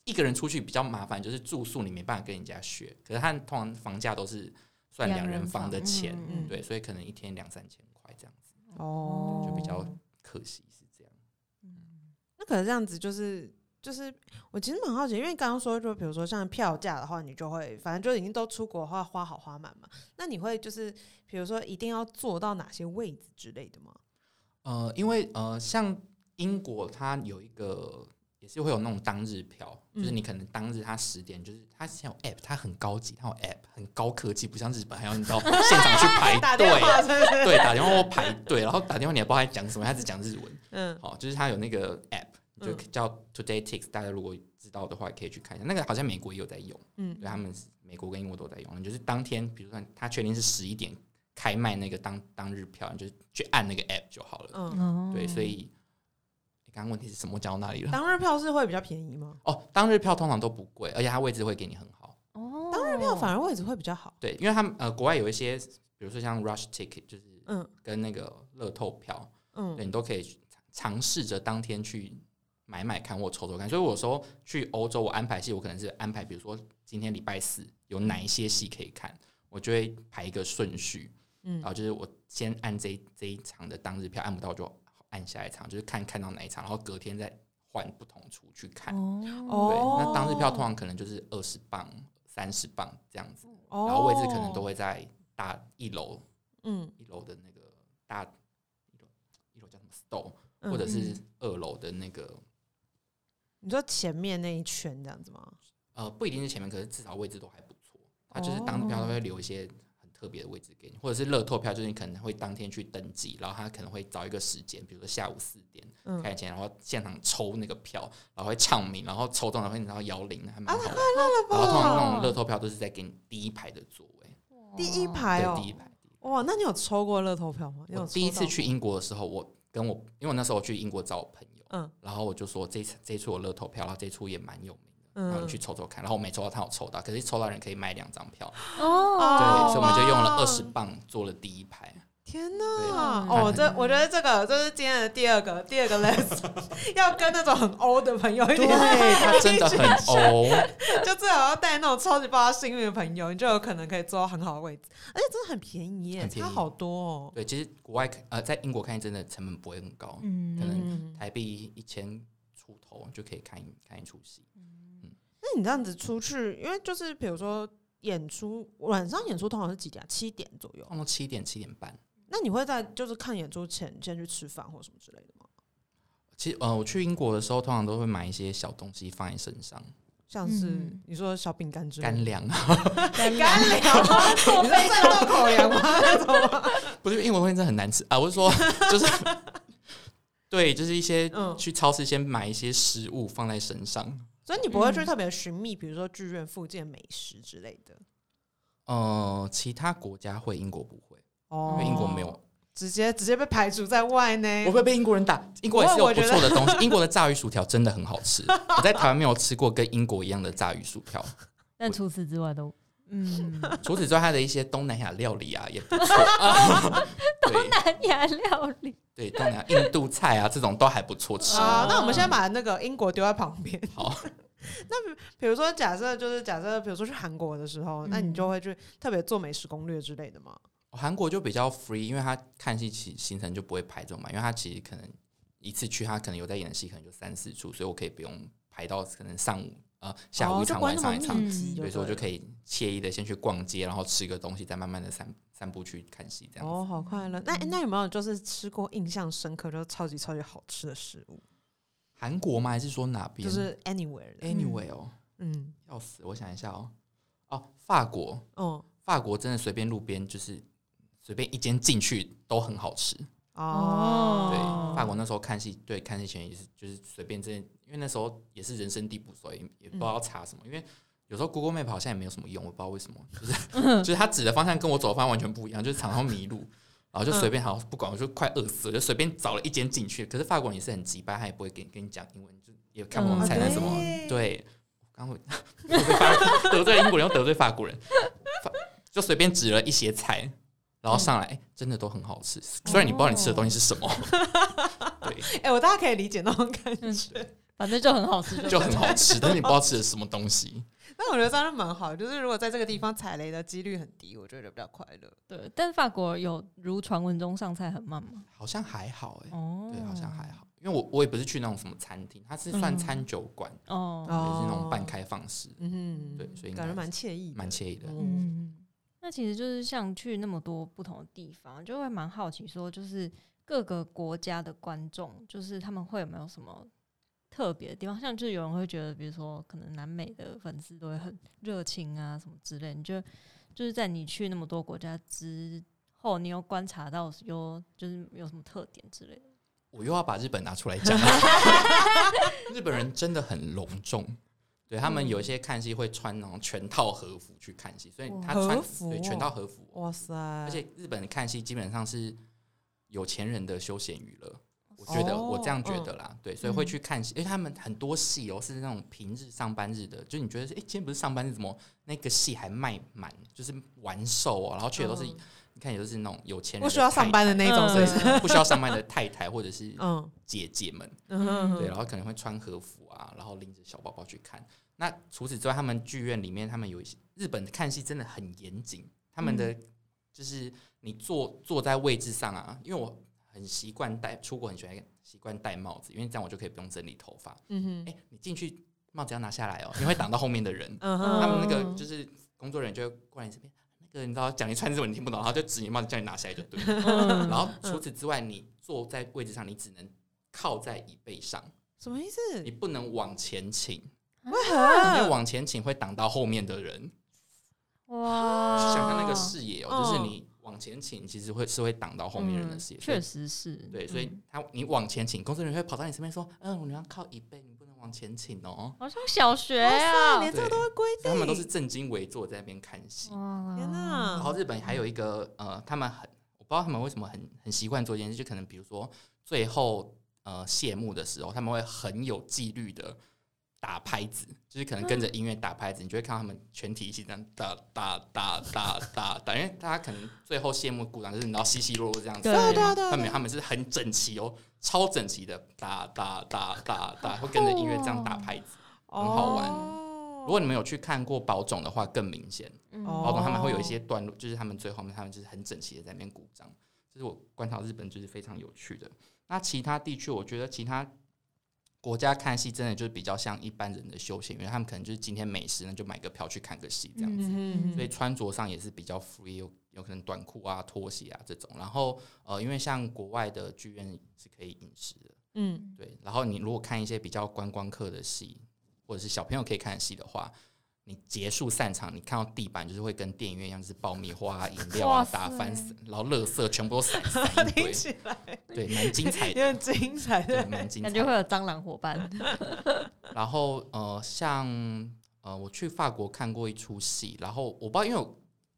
C: 一个人出去比较麻烦，就是住宿你没办法跟人家学。可是他通常房价都是算
B: 两
C: 两
B: 人
C: 人房的
B: 房
C: 钱，
B: 嗯
A: 嗯
C: 对，所以可能一天两三千块这样子，
A: 哦
C: 就比较可惜是这样。
A: 那可能这样子就是就是，我其实蛮好奇，因为刚刚说，就比如说像票价的话，你就会反正就已经都出国的话，花好花满嘛。那你会就是比如说一定要坐到哪些位置之类的吗？
C: 呃，因为呃，像英国它有一个也是会有那种当日票，就是
A: 嗯
C: 你可能当日它十点，就是它现在有 app，它很高级，它有 app 很高科技，不像日本还要你到现场去排
A: 打
C: 队
A: 电。话 是不是？
C: 对，打电话排队，然后打电话你也不知道他在讲什么，他只讲日文。
A: 嗯
C: 哦，就是它有那个 app，你就
A: 嗯
C: 叫 Today Tix，大家如果知道的话，可以去看一下。那个好像美国也有在用，
A: 嗯
C: 对，他们是美国跟英国都有在用。你就是当天，比如说他确定是十一点开卖那个当当日票，你就去按那个 app 就好了。
A: 嗯，
B: 哦
C: 对，所以你刚刚问题是什么？我讲到哪里了？
A: 当日票是会比较便宜吗？
C: 哦，当日票通常都不贵，而且它位置会给你很好。
B: 哦，
A: 当日票反而位置会比较好。
C: 对，因为他们呃国外有一些，比如说像 Rush Ticket，就是
A: 嗯
C: 跟那个乐透票，对
A: 嗯
C: 你都可以去尝试着当天去买买看或抽抽看。所以我说去欧洲，我安排戏，我可能是安排，比如说今天礼拜四有哪一些戏可以看，我就会排一个顺序，然
A: 嗯
C: 后就是我先按这一这一场的当日票，按不到就按下一场，就是看看到哪一场，然后隔天再换不同出去看。
B: 哦，
C: 对，
A: 哦，
C: 那当日票通常可能就是二十磅、三十磅这样子，
A: 哦，
C: 然后位置可能都会在大一楼
A: 嗯，
C: 一楼的那个大一楼一楼叫什么 store，、
A: 嗯
C: 或者是二楼的那个
A: 你说前面那一圈这样子吗？
C: 呃不一定是前面，可是至少位置都还不错。它就是当日票
A: 哦
C: 都会留一些很特别的位置给你，或者是乐透票，就是你可能会当天去登记，然后他可能会找一个时间，比如说下午四点
A: 嗯
C: 开钱，然后现场抽那个票，然后会唱名，然后抽中了会然后摇铃，还蛮好玩
A: 啊
C: 的。然后通常
A: 哦
C: 那种乐透票都是在给你第一排的座位，
A: 第一排
C: 对，
A: 哦
C: 第，一排。
A: 哇，那你有抽过乐透票吗？你有
C: 我第一
A: 抽
C: 次
A: 到
C: 去英国的时候，我跟我因为我那时候我去英国找我朋友，
A: 嗯
C: 然后我就说这一次这一次我乐透票，然后这一出也蛮有名的，然后你
A: 嗯
C: 去抽抽看。然后我没抽到，他有抽到，可是抽到人可以买两张票，
B: 哦，
C: 对，
A: 好
C: 所以我们就用了
A: 棒
C: 二十磅做了第一排。
A: 天
C: 对
A: 哪！
B: 嗯
A: 哦，这我觉得这个这是今天的第二个 第二个 lesson，要跟那种很欧的朋友一
C: 对
A: 点，
C: 他真的很欧，
A: 就最好要带那种超级爆炸幸运的朋友，你就有可能可以坐到很好的位置，而且真的很便宜耶，
C: 很便宜
A: 差好多哦。
C: 对，其实国外看呃在英国看一真的成本不会很高，可
B: 嗯，
C: 能
A: 嗯，
C: 台币一千出头就可以看一看一出戏。
A: 那你这样子出去，因为就是比如说演出晚上演出通常是几点啊？七点左右。
C: 差不多七点七点半。
A: 那你会在就是看演出前先去吃饭或什么之类的吗？
C: 其实呃，我去英国的时候，通常都会买一些小东西放在身上，
A: 像是
B: 嗯
A: 你说小饼干之类的
C: 干粮啊，
B: 干
A: 干 粮，哦你是战斗口粮吗？那种吗
C: 不是英文会真的很难吃啊，我是说就是。对，就是一些
A: 嗯
C: 去超市先买一些食物放在身上。
A: 所以你不会
C: 嗯
A: 去特别寻觅，比如说剧院附近的美食之类的。
C: 呃，其他国家会，英国不会，因
A: 哦
C: 为英国没有，
A: 直接直接被排除在外呢。
C: 我会被英国人打。英国也是
A: 不
C: 有
A: 会
C: 不
A: 我觉得
C: 错的东西， 英国的炸鱼薯条真的很好吃。我在台湾没有吃过跟英国一样的炸鱼薯条。
B: 但除此之外都， 嗯，
C: 除此之外，它的一些东南亚料理啊也不错。 对
B: 南亚料理，
C: 对，东南亚印度菜啊这种都还不错吃。
A: 啊，那我们现在把那个英国丢在旁边。
C: 好，
A: 比如说假设就是假设，比如说去韩国的时候，那你就会去特别做美食攻略之类的吗？
C: 韩国就比较 free，因为他看戏其行程就不会排这种嘛，因为他其实可能一次去他可能有在演的戏，可能就三四出，所以我可以不用排到可能上午呃下午
A: 哦
C: 一
A: 就
C: 场、
A: 不会
C: 晚
A: 那
C: 上
A: 么
C: 一
A: 密
C: 场，
B: 嗯
A: 集
C: 所
A: 对
C: 以说我就可以惬意的先去逛街，然后吃个东西，再慢慢的散散步去看戏这样子。
A: 哦，好快乐。那那有没有就是吃过印象深刻，就是超级超级好吃的食物？
C: 韩国吗？还是说哪边？
A: 就是 anywhere 的，
C: anyway 哦，
A: 嗯，
C: 要死！我想一下哦，哦，法国，
A: 哦
C: 法国真的随便路边就是随便一间进去都很好吃。
A: 哦，
C: 对
B: 哦，
C: 法国那时候看戏，对看戏前也是就是随便真的，因为那时候也是人生地不熟，也也不知道要查什
A: 嗯
C: 么，因为。有时候 Google Map 好像也没有什么用，我不知道为什 么，就是就是他指的方向跟我走的方向完全不一样，就是常常迷路，然后就随便好像不管，我就快饿死了，就随便找了一间进去。可是法国人也是很急掰，他也不会跟跟你讲英文，就也看不懂
B: 嗯
C: 才能什么。
A: 啊对
C: 对，刚我得罪法 得罪英国人又得罪法国人，法就随便指了一些菜，然后上来、哎真的都很好吃，虽然你不知道你吃的东西是什么，对，
A: 哎，我大家可以理解那种感觉。
B: 反正就很好吃，
C: 就很好吃，但是你不知道吃的是什么东西。
A: 那我觉得这样就蛮好，就是如果在这个地方踩雷的几率很低，我觉得就比较快乐。
B: 对。但法国有如传闻中上菜很慢吗？
C: 好像还好哎、
B: 哦
C: 对，好像还好，因为我我也不是去那种什么餐厅，它是算
B: 嗯
C: 餐酒馆，
B: 哦，
C: 也是那种半，开放式，
A: 嗯
C: 对，所以应该
A: 感觉蛮
C: 是
A: 惬意的，
C: 蛮惬意的。
A: 嗯
B: 嗯，那其实就是像去那么多不同的地方，就会蛮好奇说，就是各个国家的观众，就是他们会有没有什么特别的地方？像就是有人会觉得，比如说可能南美的粉丝都会很热情啊，什么之类。你就就是在你去那么多国家之后，你有观察到 有就是有什么特点之类的？
C: 我又要把日本拿出来 讲，日本人真的很隆重。对他们有一些看戏会穿那种全套和服去看戏，所以他穿
A: 哦和服
C: 对全套和服，
A: 哇塞！
C: 而
A: 而
C: 且日本看戏基本上是有钱人的休闲娱乐，我觉得
A: 哦
C: 我这样觉得
A: 嗯
C: 啦，对，所以会去看戏，因为他们很多戏哦是那种平日上班日的，就你觉得哎、诶今天不是上班日，怎么那个戏还卖满，就是完售哦，然后去的都是、
A: 嗯
C: 你看也都是那种有钱人，
A: 不需要上班的那
B: 一
A: 种，
B: 种
A: 所
B: 所
A: 以
B: 以
A: 是
B: 是
C: 不需要上班的太太或者是
A: 嗯
C: 姐姐们，
A: 嗯
C: 对，然后可能会穿和服啊，然后拎着小包包去看。那除此之外，他们剧院里面，他们有一些日本的看戏真的很严谨，他们的
A: 嗯
C: 就是你坐坐在位置上啊，因为我很习惯戴出国很喜欢习惯戴帽子，因为这样我就可以不用整理头发。
A: 嗯。
C: 哎、你进去帽子要拿下来哦，你会挡到后面的人
A: 嗯
C: 他
A: 哼，
C: 们那个就是工作人员就会过来你这边，那个你知道讲一串日文你听不懂，然后就指你帽子叫你拿下来就对了。然后
B: 嗯
C: 除此之外，你坐在位置上，你只能靠在椅背上，
A: 什么意思？
C: 你不能往前倾，
A: 为
B: 嗯
C: 因为
A: 何？
C: 往前倾会挡到后面的人。
B: 哇
C: 想象那个视野哦，就是
A: 嗯
C: 你往前倾，其实会是会挡到后面人的视野。所以
B: 嗯确实是
C: 对，所以
B: 嗯
C: 他你往前倾，工作人员会跑到你身边说：“嗯，你要靠椅背，你不能往前倾哦。
B: 好像小学
A: 哇塞，
B: 啊，
A: 连这个都会规”定，
C: 他们都是正襟危坐在那边看戏。
B: 哇
A: 天
C: 然
A: 哪
C: 后！日本还有一个呃，他们很我不知道他们为什么很很习惯做一件事，就可能比如说最后呃谢幕的时候，他们会很有纪律的打拍子，就是可能跟着音乐打拍子，你就会看到他们全体一起这样哒哒哒哒哒哒，因为大家可能最后谢幕鼓掌就是你知道稀稀落落这样子，
B: 对啊
A: 对啊对啊
C: 他
A: 对
C: 们
A: 啊
C: 他们是很整齐哦，超整齐的哒哒哒哒哒，会跟着音乐这样打拍子。
A: 哦，
C: 很好玩如果你们有去看过宝冢的话，更明显，
B: 嗯
A: 哦
C: 宝冢他们会有一些段落，就是他们最后面他们就是很整齐的在那边鼓掌，这是我观察日本就是非常有趣的。那其他地区，我觉得其他国家看戏真的就是比较像一般人的休闲，因为他们可能就是今天没事，那就买个票去看个戏这样子。
A: 嗯
C: 所以穿着上也是比较 free，有有可能短裤啊、拖鞋啊这种。然后呃，因为像国外的剧院是可以饮食的，
A: 嗯
C: 对，然后你如果看一些比较观光客的戏，或者是小朋友可以看的戏的话，你结束散场，你看到地板就是会跟电影院一样，就是爆米花、啊、饮料
B: 哇
C: 啊
B: 塞
C: 打翻，然后垃圾全部 都散散一
A: 听
C: 堆，
A: 起来
C: 对，蛮精彩
A: 有
C: 的，
A: 点精彩
C: 对，
A: 的，
C: 蛮精彩
B: 感觉会
C: 的。
B: 有蟑螂伙伴，
C: 然后呃，像呃，我去法国看过一出戏，然后我不知道，因为我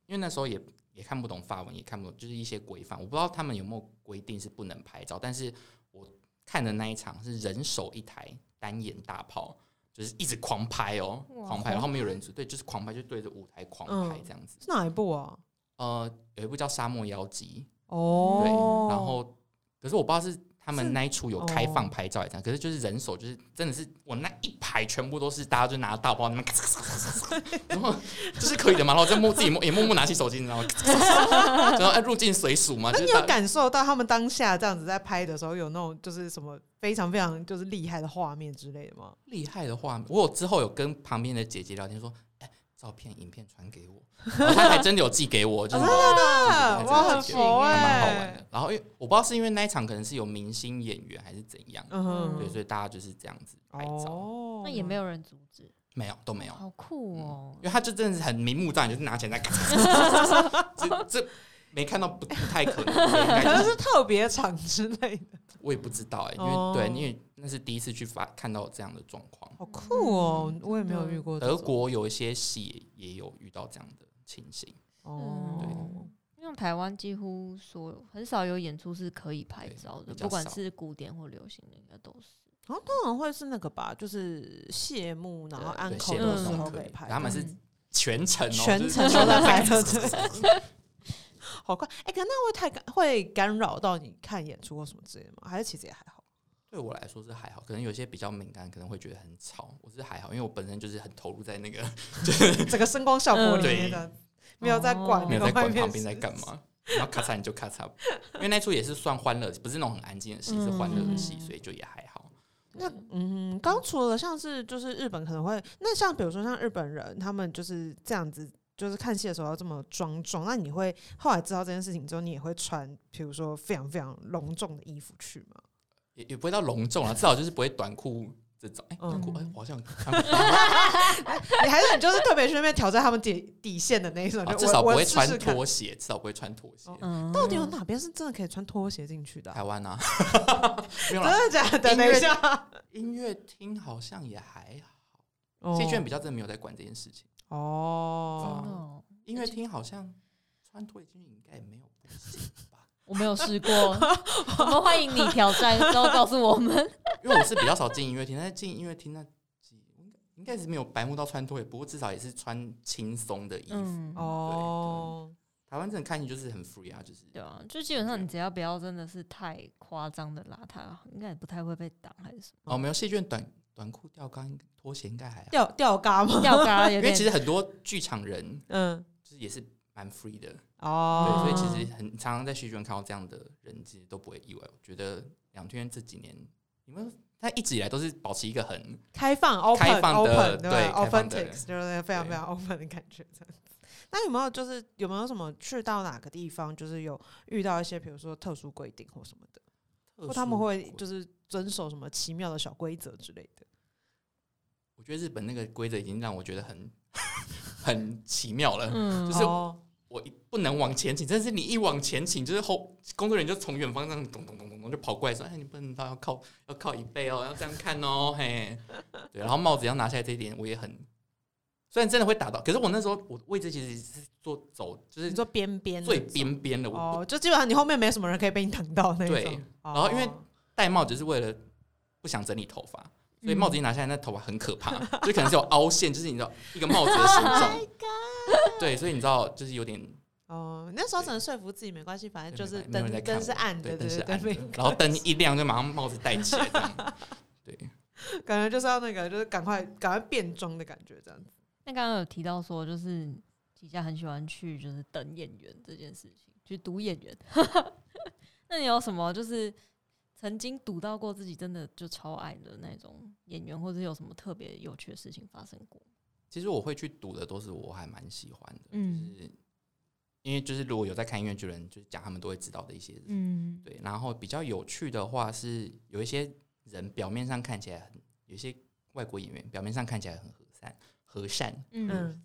C: 因为那时候也也看不懂法文，也看不懂，就是一些规范，我不知道他们有没有规定是不能拍照，但是我看的那一场是人手一台单眼大炮，就是一直狂拍哦，
B: 哇
C: 狂拍，然后没有人组队，就是狂拍，就对着舞台狂拍
A: 嗯
C: 这样子。
A: 是哪一部啊？
C: 呃，有一部叫《沙漠妖姬》，
A: 哦，
C: 对，然后可是我不知道是他
A: 是
C: 们那一出有开
A: 哦
C: 放拍照也这样，可是就是人手就是真的是我那一排全部都是大家就拿大包那边咔嚓咔嚓咔嚓咔嚓，然后就是可以的嘛，然后就默自己默也默默拿起手机，然后咔嚓咔嚓然后哎入境随俗嘛，
A: 那你
C: 就是大
A: 有感受到他们当下这样子在拍的时候，有那种就是什么非常非常就是厉害的画面之类的吗？
C: 厉害的画面。我有之后有跟旁边的姐姐聊天说，哎，照片影片传给我，然后她还真的有寄给我，就是
A: 啊，哇，很佛
C: 还蛮好
A: 哎
C: 玩，的。然后因为我不知道是因为那一场可能是有明星演员还是怎样，
A: 嗯
C: 对，
A: 哼，
C: 所以大家就是这样子拍照，
A: 哦
B: 那也没有人阻止，
C: 没有都没有。
B: 嗯好酷哦
C: 因！为他就真的是很明目张胆，就是拿钱在 咔嚓咔嚓咔嚓，这这没看到不不太可 能，所以应该
A: 可能
C: 就是
A: 是特别场之类的，
C: 我也不知道哎、因为、
A: 哦
C: 对，因为那是第一次去发看到这样的状况。
A: 好酷哦！我也没有遇过这
C: 德
A: 种
C: 国有一些戏也有遇到这样的情形，
A: 哦，
B: 因为台湾几乎所有很少有演出是可以拍
C: 对
B: 照的，
C: 比
B: 不
C: 较
B: 管
C: 少
B: 是古典或流行的，应该都是。
A: 然后通常会是那个吧，就是谢幕，然后安
C: 对
A: 口
C: 谢幕
A: 的
B: 那
A: 时
B: 种
A: 候
C: 可
A: 给
C: 以
A: 拍，
C: 他们是
B: 嗯
C: 全程哦，
A: 全
C: 就是
A: 程都在拍
C: 咔
A: 摄
C: 嚓咔嚓咔嚓
A: 好快。哎，可那会太干会干扰到你看演出或什么之类的吗？还是其实也还好？
C: 对我来说是还好，可能有些比较敏感，可能会觉得很吵。我是还好，因为我本身就是很投入在那个，
A: 整个声光效果里面
C: 嗯
A: 的，没有在管
C: 没
A: 那个
C: 有在
A: 外
C: 管
A: 面
C: 旁边在干嘛。然后咔嚓你就咔嚓，因为那出也是算欢乐，不是那种很安静的戏，是欢乐的戏，
B: 嗯
C: 所以就也还好。
A: 那嗯，刚除了像是就是日本可能会，那像比如说像日本人，他们就是这样子，就是看戏的时候要这么庄重。那你会后来知道这件事情之后，你也会穿，比如说非常非常隆重的衣服去吗？
C: 也也不会到隆重啊，至少就是不会短裤这种。哎、
A: 嗯
C: 短裤，哎、我好像穿
A: 你还是你就是特别去那边挑战他们底底线的那一种，
C: 过，
A: 就
C: 至少
A: 我
C: 不
A: 我
C: 会
A: 试
C: 穿
A: 试看。哦
C: 拖鞋，至少不会穿拖鞋。
B: 嗯，
A: 到底有哪边是真的可以穿拖鞋进去的啊、
C: 台湾啊，没有啦，
A: 真的假的？
C: 音乐
A: 等一下，
C: 音乐厅好像也还好，戏券比较真的没有在管这件事情。
B: 真的
A: 哦，
B: 哦？
C: 音乐厅好像穿拖鞋进去应该也没有不行吧？
B: 我没有试 过，我们欢迎你挑战，之后告诉我 们。
C: 因为我是比较少进音乐厅，但是进音乐厅那几应该应该是没有白目到穿拖鞋，不过至少也是穿轻松的衣服。
B: 嗯，
A: 哦，
C: 台湾真的看你就是很 free 啊，就是
B: 对啊，就基本上你只要不要真的是太夸张的邋遢，应该也不太会被挡还是什
C: 哦，没有戏券短短裤吊杆拖鞋应该还好。
A: 吊吊嘎吗
B: 么，？吊嘎有
C: 因为
B: 点。
C: 其实很多剧场人
A: 嗯，
C: 就是也是蛮 free 的，对，
A: 哦，
C: 所以其实很常常在戏剧院看到这样的人，其实都不会意外。我觉得两天这几年，你们他一直以来都是保持一个很
A: 开放 open
C: 开放的
A: open 对
C: 对
A: 吧
C: 开放的
A: open，就是非常非常 open 的感觉这样子。那有没有就是有没有什么去到哪个地方，就是有遇到一些比如说特殊规定或什么的，
C: 特
A: 或他们
C: 殊
A: 会
C: 规
A: 就是遵守什么奇妙的小规则之类的？
C: 我觉得日本那个规则已经让我觉得很 很奇妙了。
B: 嗯
C: 就，是
A: 哦
C: 我一不能往前倾，但是你一往前倾，就是后工作人员就从远方这样咚咚咚咚咚就跑过来说：“哎，你不能到，要靠要靠椅背哦，要这样看哦， 嘿。”对，然后帽子要拿下来这一点，我也很虽然真的会打到，可是我那时候我位置其实是坐走，就
A: 你
C: 是
A: 说边边
C: 嗯最
A: 那种
C: 边边的，我不
A: 哦，就基本上你后面没什么人可以被你挡到那一种哦
C: 对。
A: 然
C: 后因为戴帽只是为了不想整理头发，
A: 嗯
C: 所以帽子一拿下来，那头发很可怕， 就可能是有凹陷，就是你知道一个帽子的形
A: 哎
C: 状。对，所以你知道就是有点
A: 哦，那时候只能说服自己没关系，反正就是
C: 没有人在
A: 灯灯
C: 看
A: 是暗
C: 对
A: 的，
C: 灯
A: 对
C: 是
A: 对
C: 暗的
A: 对，，
C: 然后灯一亮就马上帽子戴起来这样。对，
A: 感觉就是要那个，就是赶快赶快变装的感觉，这样子。
B: 那刚刚有提到说，就是吉佳很喜欢去就是等演员这件事情，去赌演员。 那你有什么就是曾经赌到过自己真的就超爱的那种演员，或者有什么特别有趣的事情发生过？
C: 其实我会去赌的都是我还蛮喜欢的，
B: 嗯
C: 就是因为就是如果有在看音乐剧的人，就是讲他们都会知道的一些人。
B: 嗯
C: 对，然后比较有趣的话是有一些人表面上看起来很，有一些外国演员表面上看起来很和善、和善、
B: 嗯，
A: 嗯，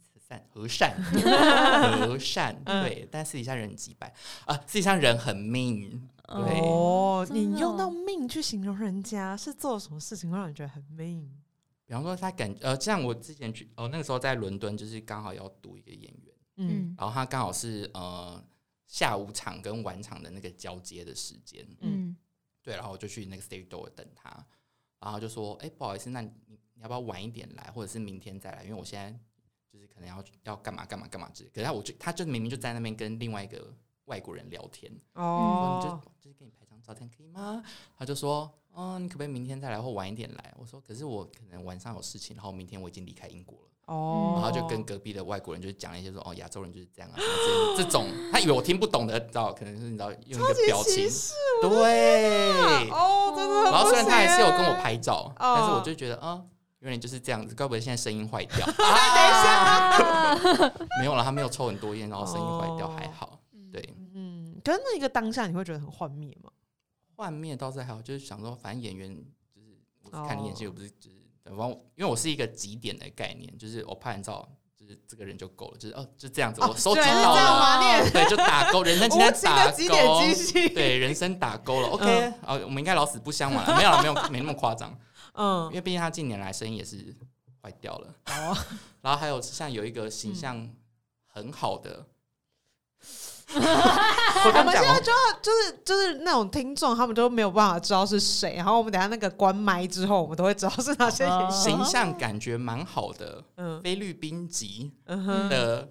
C: 和善、和 善、和善，
B: 嗯
C: 对，但私底下人很鸡掰啊，私底下人很 mean，对
A: 哦，
B: 嗯真的
A: 你用
B: 哦
A: 到命去形容人家是做了什么事情会让你觉得很命？
C: 比方说他感呃，像我之前去哦，那个时候在伦敦，就是刚好要读一个演员，
A: 嗯
C: 然后他刚好是呃下午场跟晚场的那个交接的时间，
B: 嗯
C: 对，然后我就去那个 stage door 等他，然后他就说，哎、不好意思，那你你要不要晚一点来，或者是明天再来？因为我现在就是可能要要干嘛干嘛干嘛之类。可是他我就他就明明就在那边跟另外一个外国人聊天，我说
A: 哦，
C: 你就就是跟你拍张照，这样可以吗？他就说，哦，你可不可以明天再来或晚一点来？我说，可是我可能晚上有事情，然后明天我已经离开英国了。
A: 哦，
C: 然后就跟隔壁的外国人就是讲了一些说哦亚洲人就是这样啊，这这种他以为我听不懂的，知道可能是你知道用一个表情
A: 歧，视
C: 对，
A: 哦，真的很不行。
C: 然后虽然他还是有跟我，拍照，
A: 哦
C: 但是我就觉得啊，有点就是这样子，该不会现在声音坏 掉？啊
A: 嗯
C: 没有了，他没有抽很多烟，然后声音坏掉
A: 哦
C: 还好。对，
A: 嗯，可是那一个当下你会觉得很幻灭吗？
C: 幻灭倒是还好，就是想说反正演员就是我是看你演戏，
A: 哦
C: 我不是就是反正我因为我是一个极点的概念，就是我拍完照就是这个人就够了，就是哦就这样子，我手
A: 居
C: 指
A: 然是
C: 到
A: 这样
C: 了，
A: 吗？你也
C: 对，就打勾，人生清单
A: 无情
C: 打
A: 哦的
C: 勾，
A: 几点嗯机器？
C: 对，人生打勾了。OK，啊、我们应该老死不相往来。没有啦，没有，没那么夸张，因
A: 嗯，
C: 为毕竟他近年来声音也是坏掉了。
A: 哦， 嗯
C: 然后还有像有一个形象很 好的，我
A: 我
C: 刚
A: 们现
C: 讲
A: 在
C: 哦
A: 就要就是就是那种听众，他们都没有办法知道是谁。然后我们等一下那个关麦之后，我们都会知道是哪些演员。
C: 形象感觉蛮好的
A: 嗯
C: 菲律宾籍
A: 嗯哼
C: 的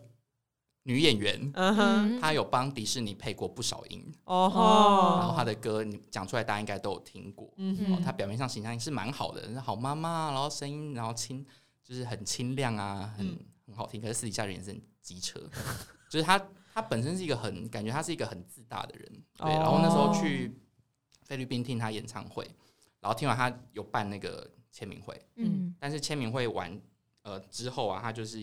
C: 女演员，
A: 嗯哼，
B: 嗯
C: 她有帮迪士尼配过不少音，
A: 哦
B: 哦
A: 吼，
C: 然后她的歌你讲出来，大家应该都有听过。
A: 嗯
C: 哦
A: 哼，，
C: 她表面上形象是蛮好的，是好妈妈，然后声音然后清就是很清亮啊，很、
A: 嗯
C: 很好听。可是私底下人也是很机车， 就是她她本身是一个很感觉她是一个很自大的人，对。然后那时候
A: 哦
C: 去菲律宾听她演唱会，然后听完她有办那个签名会，
B: 嗯
C: 但是签名会完呃之后啊，她就是。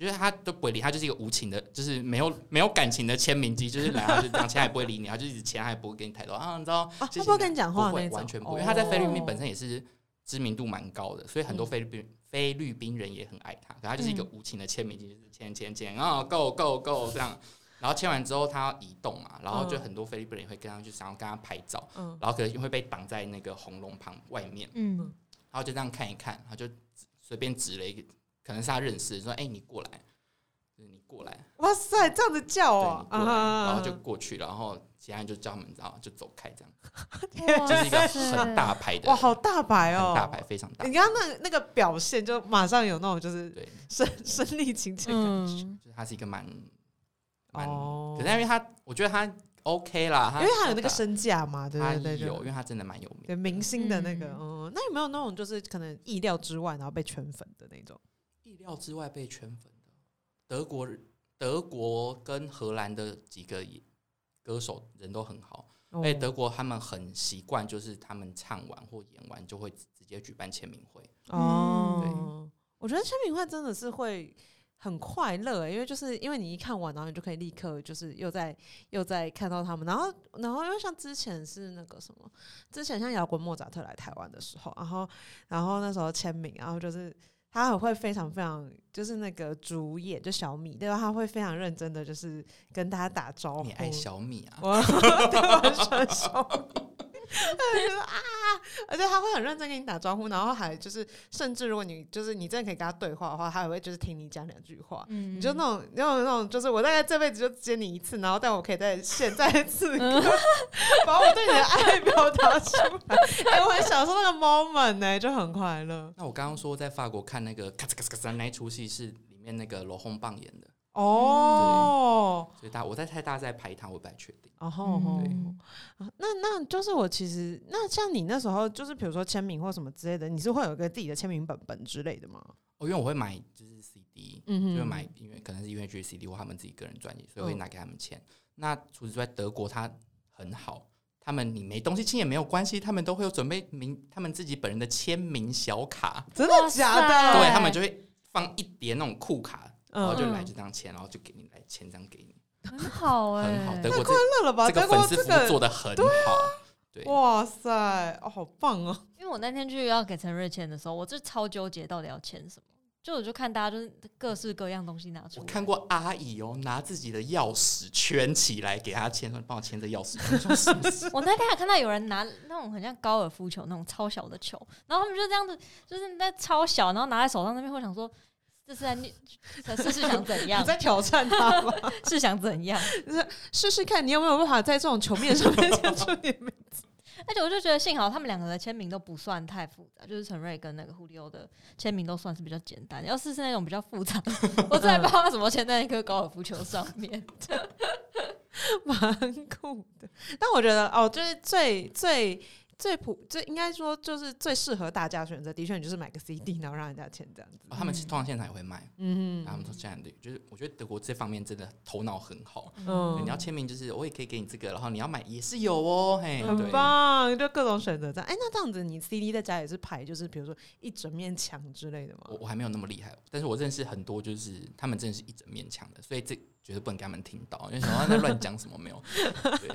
C: 就是她都不会理，她就是一个无情的，就是没有没有感情的签名机，就是来她就这样 签，她也不会理你，她就一直签，她也不会跟你抬头啊，你知道
A: 啊，
C: 谢
A: 他
C: 谢
A: 不会跟你讲话
C: 不
A: 那
C: 会，
A: 种，
C: 完全不
A: 哦
C: 会。因为他在菲律宾本身也是知名度蛮高的，所以很多
A: 嗯
C: 菲律宾菲律宾人也很爱他。可他就是一个
B: 嗯
C: 无情的签名机，就是签签签，哦然后 go go go 这样。然后签完之后，他要移动嘛，然后就
A: 嗯
C: 很多菲律宾人也会跟他去，想要跟他拍照，
A: 嗯
C: 然后可能会被挡在那个红龙旁外面，
B: 嗯
C: 然后就这样看一看，他就指随便指了一个，可能是他认识的，说：“哎，你过来，就是你过来。”
A: 哇塞，这样子叫
C: 对，
A: 哦
C: 你，过来，然后
A: 啊
C: 就，过去，然后其他人就叫他们，然后就走开，这样
A: 哦
B: 哇
C: 就是一个
B: 塞
C: 很大牌的，
A: 哇，好大牌哦，
C: 很大牌，非常大
A: 你。刚刚那那个表现，就马上有那种就是
C: 对，
A: 身 身临情切感觉，
B: 嗯
C: 就是他是一个蛮蛮，
A: 哦
C: 可是因为他，我觉得他 OK 啦，
A: 因为他有那个
C: 声，
A: 身价嘛，对
C: 他
A: 对对，就
C: 有，因为他真的蛮有名。
A: 对明星的那个，
B: 嗯
A: 嗯，那有没有那种就是可能意料之外，然后被圈粉的那种？
C: 意料之外被圈粉的德国人，德国跟荷兰的几个也歌手人都很好，
A: 哦
C: 哎、德国他们很习惯，就是他们唱完或演完就会直接举办签名会。
A: 哦，我觉得签名会真的是会很快乐、欸因为就是因为你一看完，然后你就可以立刻就是又在又在看到他们，然后然后因为像之前是那个什么，之前像摇滚莫扎特来台湾的时候，然后然后那时候签名，然后就是。他很会非常非常，就是那个主演就小米，对吧？他会非常认真的，就是跟大家打招呼。
C: 你爱小米啊？
A: 我 对我很喜欢小米，他就觉得啊，而且他会很认真跟你打招呼，然后还就是，甚至如果你就是你真的可以跟他对话的话，他还会就是听你讲两句话。
B: 嗯
A: 你就那种那种那种，就是我大概这辈子就见你一次，然后但我可以 嗯在现在此刻把我对你的爱表达出来。哎、我很想享受那个 moment 呢、就很快乐。
C: 那我刚刚说在法国看那个咔嚓咔嚓咔嚓那一出戏是里面那个罗红棒演的，
A: 哦，
C: 所以大我在猜大家在排他，我不太确定。
A: 然后、哦
B: 嗯
A: 那那就是我其实那像你那时候就是比如说签名或什么之类的，你是会有一个自己的签名本本之类的吗？
C: 哦，因为我会买就是 CD，
A: 嗯哦哼
C: 就会买音乐，可能是音乐剧 CD 或他们自己个人专辑，所以我会拿给他们签。那除此之外，德国它很好，他们你没东西签也没有关系，他们都会有准备名，他们自己本人的签名小卡，
A: 真
B: 哇
A: 的假
B: 塞
A: 的？
C: 对他们就会放一叠那种酷卡，然后
A: 嗯，
C: 就来这张签，然后就给你来签这样给你，
B: 很好哎、
C: 很好。德国
A: 乐了吧？
C: 这这
A: 德
C: 个
A: 国
C: 粉丝
A: 这
C: 服务做
A: 个，啊
C: 的很好，对，
A: 哇塞，哦，好棒哦！
B: 因为我那天去要给陈瑞签的时候，我就超纠结到底要签什么。就我就看大家就是各式各样东西拿出
C: 我
B: 来，
C: 看过阿姨哦，拿自己的钥匙圈起来给他签，说帮我签这钥匙圈，我哦 说什么事
B: 我那天还看到有人拿那种很像高尔夫球那种超小的球，然后他们就这样子，就是那超小，然后拿在手上那边，会想说这是在虐这是是想怎 样
A: 你？在挑战他吗？
B: 是想怎样？
A: 试试看你有没有办法在这种球面上面签出你的名字。
B: 而且我就觉得幸好他们两个的签名都不算太复杂，就是陈瑞跟那个胡里欧的签名都算是比较简单。要是是那种比较复杂，我真的不 知道他怎么签在一颗高尔夫球上面。
A: 蛮酷的。但我觉得哦，就是最最最普，最应该说就是最适合大家选择，的确你就是买个 CD，然后让人家签这样子。
C: 哦他们通常现场也会卖，
A: 嗯
C: 他们说现在的就是我觉得德国这方面真的头脑很好，
A: 嗯
C: 你要签名就是我也可以给你这个，然后你要买也是有哦，嘿，
A: 很
C: 对。
A: 棒，就各种选择这样。哎、那这样子你 CD 在家也是排，就是比如说一整面墙之类的吗
C: 我？我还没有那么厉害，但是我认识很多，就是他们真的是一整面墙的，所以这绝对不能给他们听到，因为什么在乱讲什么没有。 对，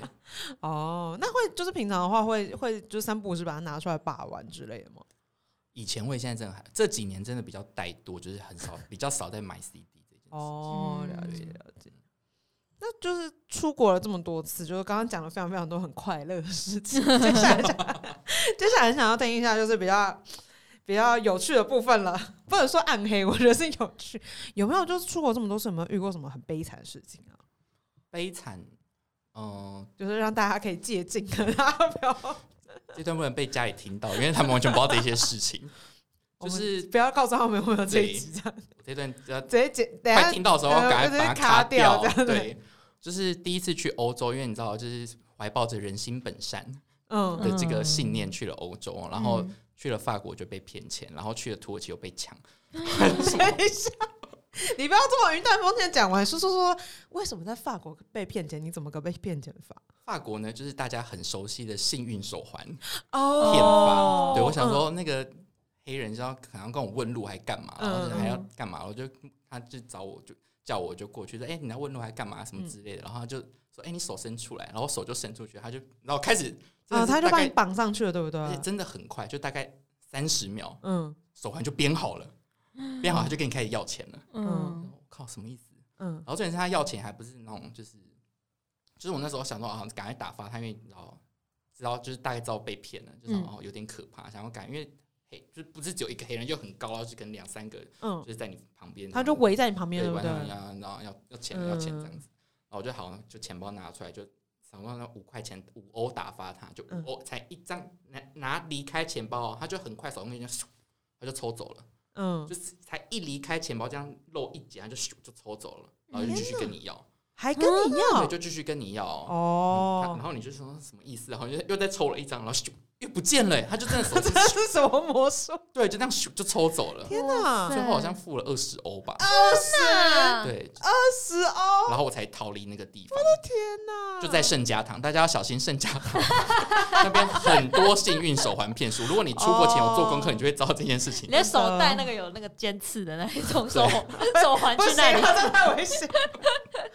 A: 哦，那会就是平常的话会会就三不五时把它拿出来把玩之类的吗？
C: 以前会，现在真的还这几年真的比较怠惰，就是很少比较少在买 CD 这件事。
A: 哦，了解
C: 嗯
A: 了解。那就是出国了这么多次，就是刚刚讲了非常非常多很快乐的事情。接下来 想，接下来想要听一下就是比较比较有趣的部分了，不能说暗黑，我觉得是有趣。有没有就是出国这么多次，有没有遇过什么很悲惨的事情啊？
C: 悲惨，嗯、
A: 就是让大家可以借鉴，可能大家不要，
C: 这段不能被家里听到，因为他们完全不知道这些事情。
A: 我
C: 就
A: 们
C: 是
A: 不要告诉他们有没有这一集，这样
C: 我这段呃要
A: 直接剪，等一
C: 快
A: 下
C: 听到的时候，
A: 呃
C: 赶快把它
A: 卡
C: 掉。
A: 这样子
C: 对，就是第一次去欧洲，因为你知道，就是怀抱着人心本善
A: 嗯
C: 的这个信念去了欧洲，然后去了法国就被骗钱，然后去了土耳其又被抢。
A: 等一下，你不要这么云淡风轻地讲完，说说说为什么在法国被骗钱？你怎么个被骗钱法？
C: 法国呢，就是大家很熟悉的幸运手环。
A: 哦
C: 骗法。对，我想，说那个黑人知道可能要跟我问路还干嘛，然后
A: 嗯
C: 还要干嘛，我就他就找我就叫我就过去说，哎、你要问路还干嘛什
A: 嗯
C: 么之类的，然后他就说，哎、你手伸出来，然后我手就伸出去，他就然后开始，
A: 嗯
C: 真的
A: 哦，
C: 是
A: 他就
C: 大
A: 把
C: 概
A: 你绑上去了，对不对？
C: 而且真的很快，就大概三十秒，
A: 嗯
C: 手环就编好了，编好他就跟你开始要钱了，
A: 嗯
B: 嗯，
C: 我靠，什么意思？
A: 嗯
C: 然后重点是他要钱还不是那种，就是就是我那时候想说啊，赶快打发他，因为你知道知道就是大概知道被骗了，就想、
B: 嗯
C: 哦有点可怕，想要赶，因为黑就是不是只有一个黑人，就很高，然后就可能两三个就
A: 嗯，
C: 是在你旁边，
A: 他就围在你旁边，
C: 对
A: 不
C: 晚
A: 对？
C: 上要然后要要钱要钱
A: 嗯
C: 这样子，然后我就好就钱包拿出来就。想说那五块钱五欧打发他，就五
A: 嗯
C: 欧才一张拿拿离开钱包哦，他就很快手工就咻他就抽走了。
A: 嗯，
C: 就是才一离开钱包，这样漏一截，他就咻就抽走了，
A: 嗯
C: 然后就继续跟你要，
A: 还跟你要
C: 嗯对，就继续跟你要。哦然
A: 哦，
C: 后你就说什么意思？然后就又再抽了一张，然后咻又不见了，他就真的 手
A: 这是什么魔术？
C: 对，就这样咻就抽走了。
A: 天哪，
C: 最后好像付了二十欧吧，
B: 是啊
C: 对，
A: 二十哦，
C: 然后我才逃离那个地方，
A: 天哪！
C: 就在圣家堂，大家要小心圣家堂那边很多幸运手环骗术。如果你出国前有做功课，你就会知道这件事情
B: 你。的手带那个有那个尖刺的那一种手手环
A: 不
B: 去
A: 行，
B: 那里，
A: 这太危险。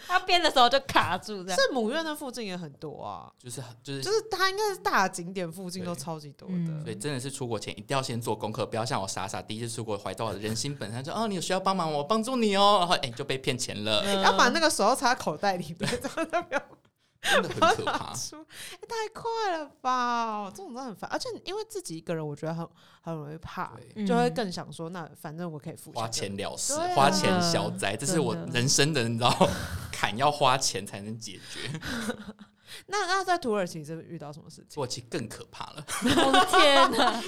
B: 他编的时候就卡住
C: 啊
B: 这样。
A: 圣母院那附近也很多啊，
C: 就是就是
A: 就是它应该是大景点附近都
C: 对
A: 超级多
B: 嗯
A: 的
C: 所。以真的是出国前一定要先做功课，不要像我傻傻第一次出国怀抱人心本善，说哦你有需要帮忙我帮助你哦，然后哎、你就被骗钱了，
A: 要把那个手要插口袋里面，这样子不要
C: 真的很 可怕。
A: 出、欸太快了吧！这种真的很烦，而且因为自己一个人，我觉得很很容易怕，
C: 对，
B: 嗯
A: 就会更想说，那反正我可以付
C: 花钱了事，
A: 对啊
C: 花钱消灾，这是我
B: 真的
C: 人生的你知道坎要花钱才能解决。
A: 那那在土耳其是遇到什么事
C: 土
A: 情？
C: 耳其更可怕了。
B: 我的天哪！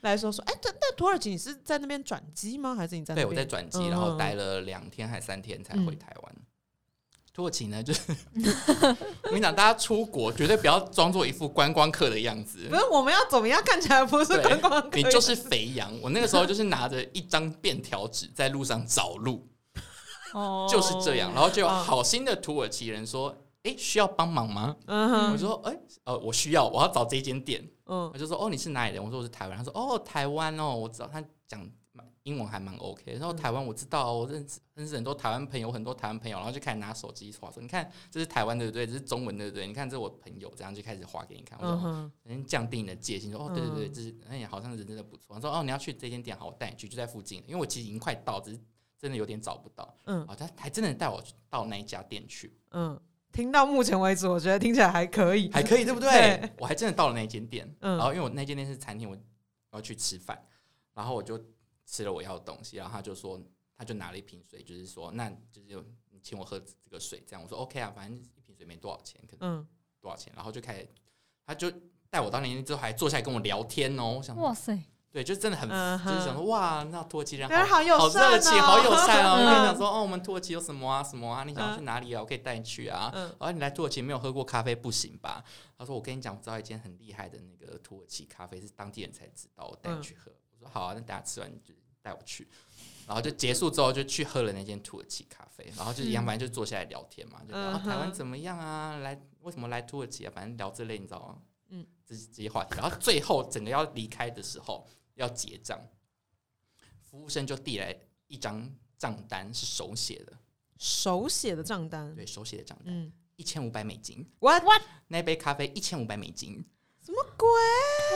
A: 来说说，哎、但但土耳其你是在那边转机吗？还是你在那边？
C: 对，我在转机，
A: 嗯
C: 然后待了两天还三天才回
A: 嗯
C: 台湾。土耳其呢，就是 我跟你讲，大家出国绝对不要装作一副观光客的样子
A: 不，是我们要怎么样看起来不是
C: 对
A: 观光客？
C: 你就是肥羊。我那个时候就是拿着一张便条纸在路上找路，
B: 哦
C: 就是这样。然后就有
A: 哦
C: 好心的土耳其人说：“哎，需要帮忙吗？”
A: 嗯
C: 我
A: 哼
C: 就说：“哎，呃，我需要，我要找这间店。”
A: 嗯
C: 我就说哦，你是哪里人？我说我是台湾。他说哦，台湾哦，我知道。他讲英文还蛮 OK。然后
A: 嗯
C: 台湾我知道哦，我认识认识很多台湾朋友，我很多台湾朋友，然后就开始拿手机划说，你看这是台湾对不对？这是中文对不对？你看这是我朋友，这样就开始划给你看。
A: 嗯
C: 我说
A: 哼，
C: 嗯，降低你的戒心，说哦对对对，
A: 嗯
C: 这是哎呀好像人真的不错。他说哦你要去这间店，好，我带你去，就在附近，因为我其实已经快到，只是真的有点找不到。
A: 嗯
C: 哦，他还真的带我去到那一家店去，
A: 嗯，听到目前为止，我觉得听起来还可以，
C: 还可以，对不对？
A: 对
C: 我还真的到了那间店，
A: 嗯
C: 然后因为我那间店是餐厅，我我要去吃饭，然后我就吃了我要的东西，然后他就说，他就拿了一瓶水，就是说，那就是你请我喝这个水，这样我说 OK 啊，反正一瓶水没多少钱，可能
A: 嗯，
C: 多少钱，然后就开始，他就带我到那间店之后，还坐下来跟我聊天哦，我想说，
B: 哇塞，
C: 对，就真的很，
A: 嗯
C: 就
A: 哼
C: 是想说，哇，那土耳其人
A: 人
C: 好。
A: 好友
C: 好
A: 善、哦，
C: 热情，好友善
A: 嗯
C: 哦！我跟你讲说，哦，我们土耳其有什么啊，什么啊？你想要去哪里啊？我可以带你去啊。
A: 嗯
C: 而、啊、你来土耳其没有喝过咖啡不行吧？他说我跟你讲，我知道一间很厉害的那个土耳其咖啡是当地人才知道，我带你去喝。我说好啊，那等下吃完你就带我去。然后就结束之后就去喝了那间土耳其咖啡，然后就一样，
B: 嗯
C: 反正就坐下来聊天嘛，就聊、
A: 嗯
C: 啊台湾
A: 哼
C: 怎么样啊？来为什么来土耳其啊？反正聊这类你知道吗？
A: 嗯
C: 嗯，这这些话题。然后最后整个要离开的时候要结账，服务生就递来一张账单，是手写的，
A: 手写的账单，
C: 对手写的账单，
A: 嗯
C: 一千五百美金。
A: ，what
C: 那杯咖啡一千五百美金。
A: 什么鬼？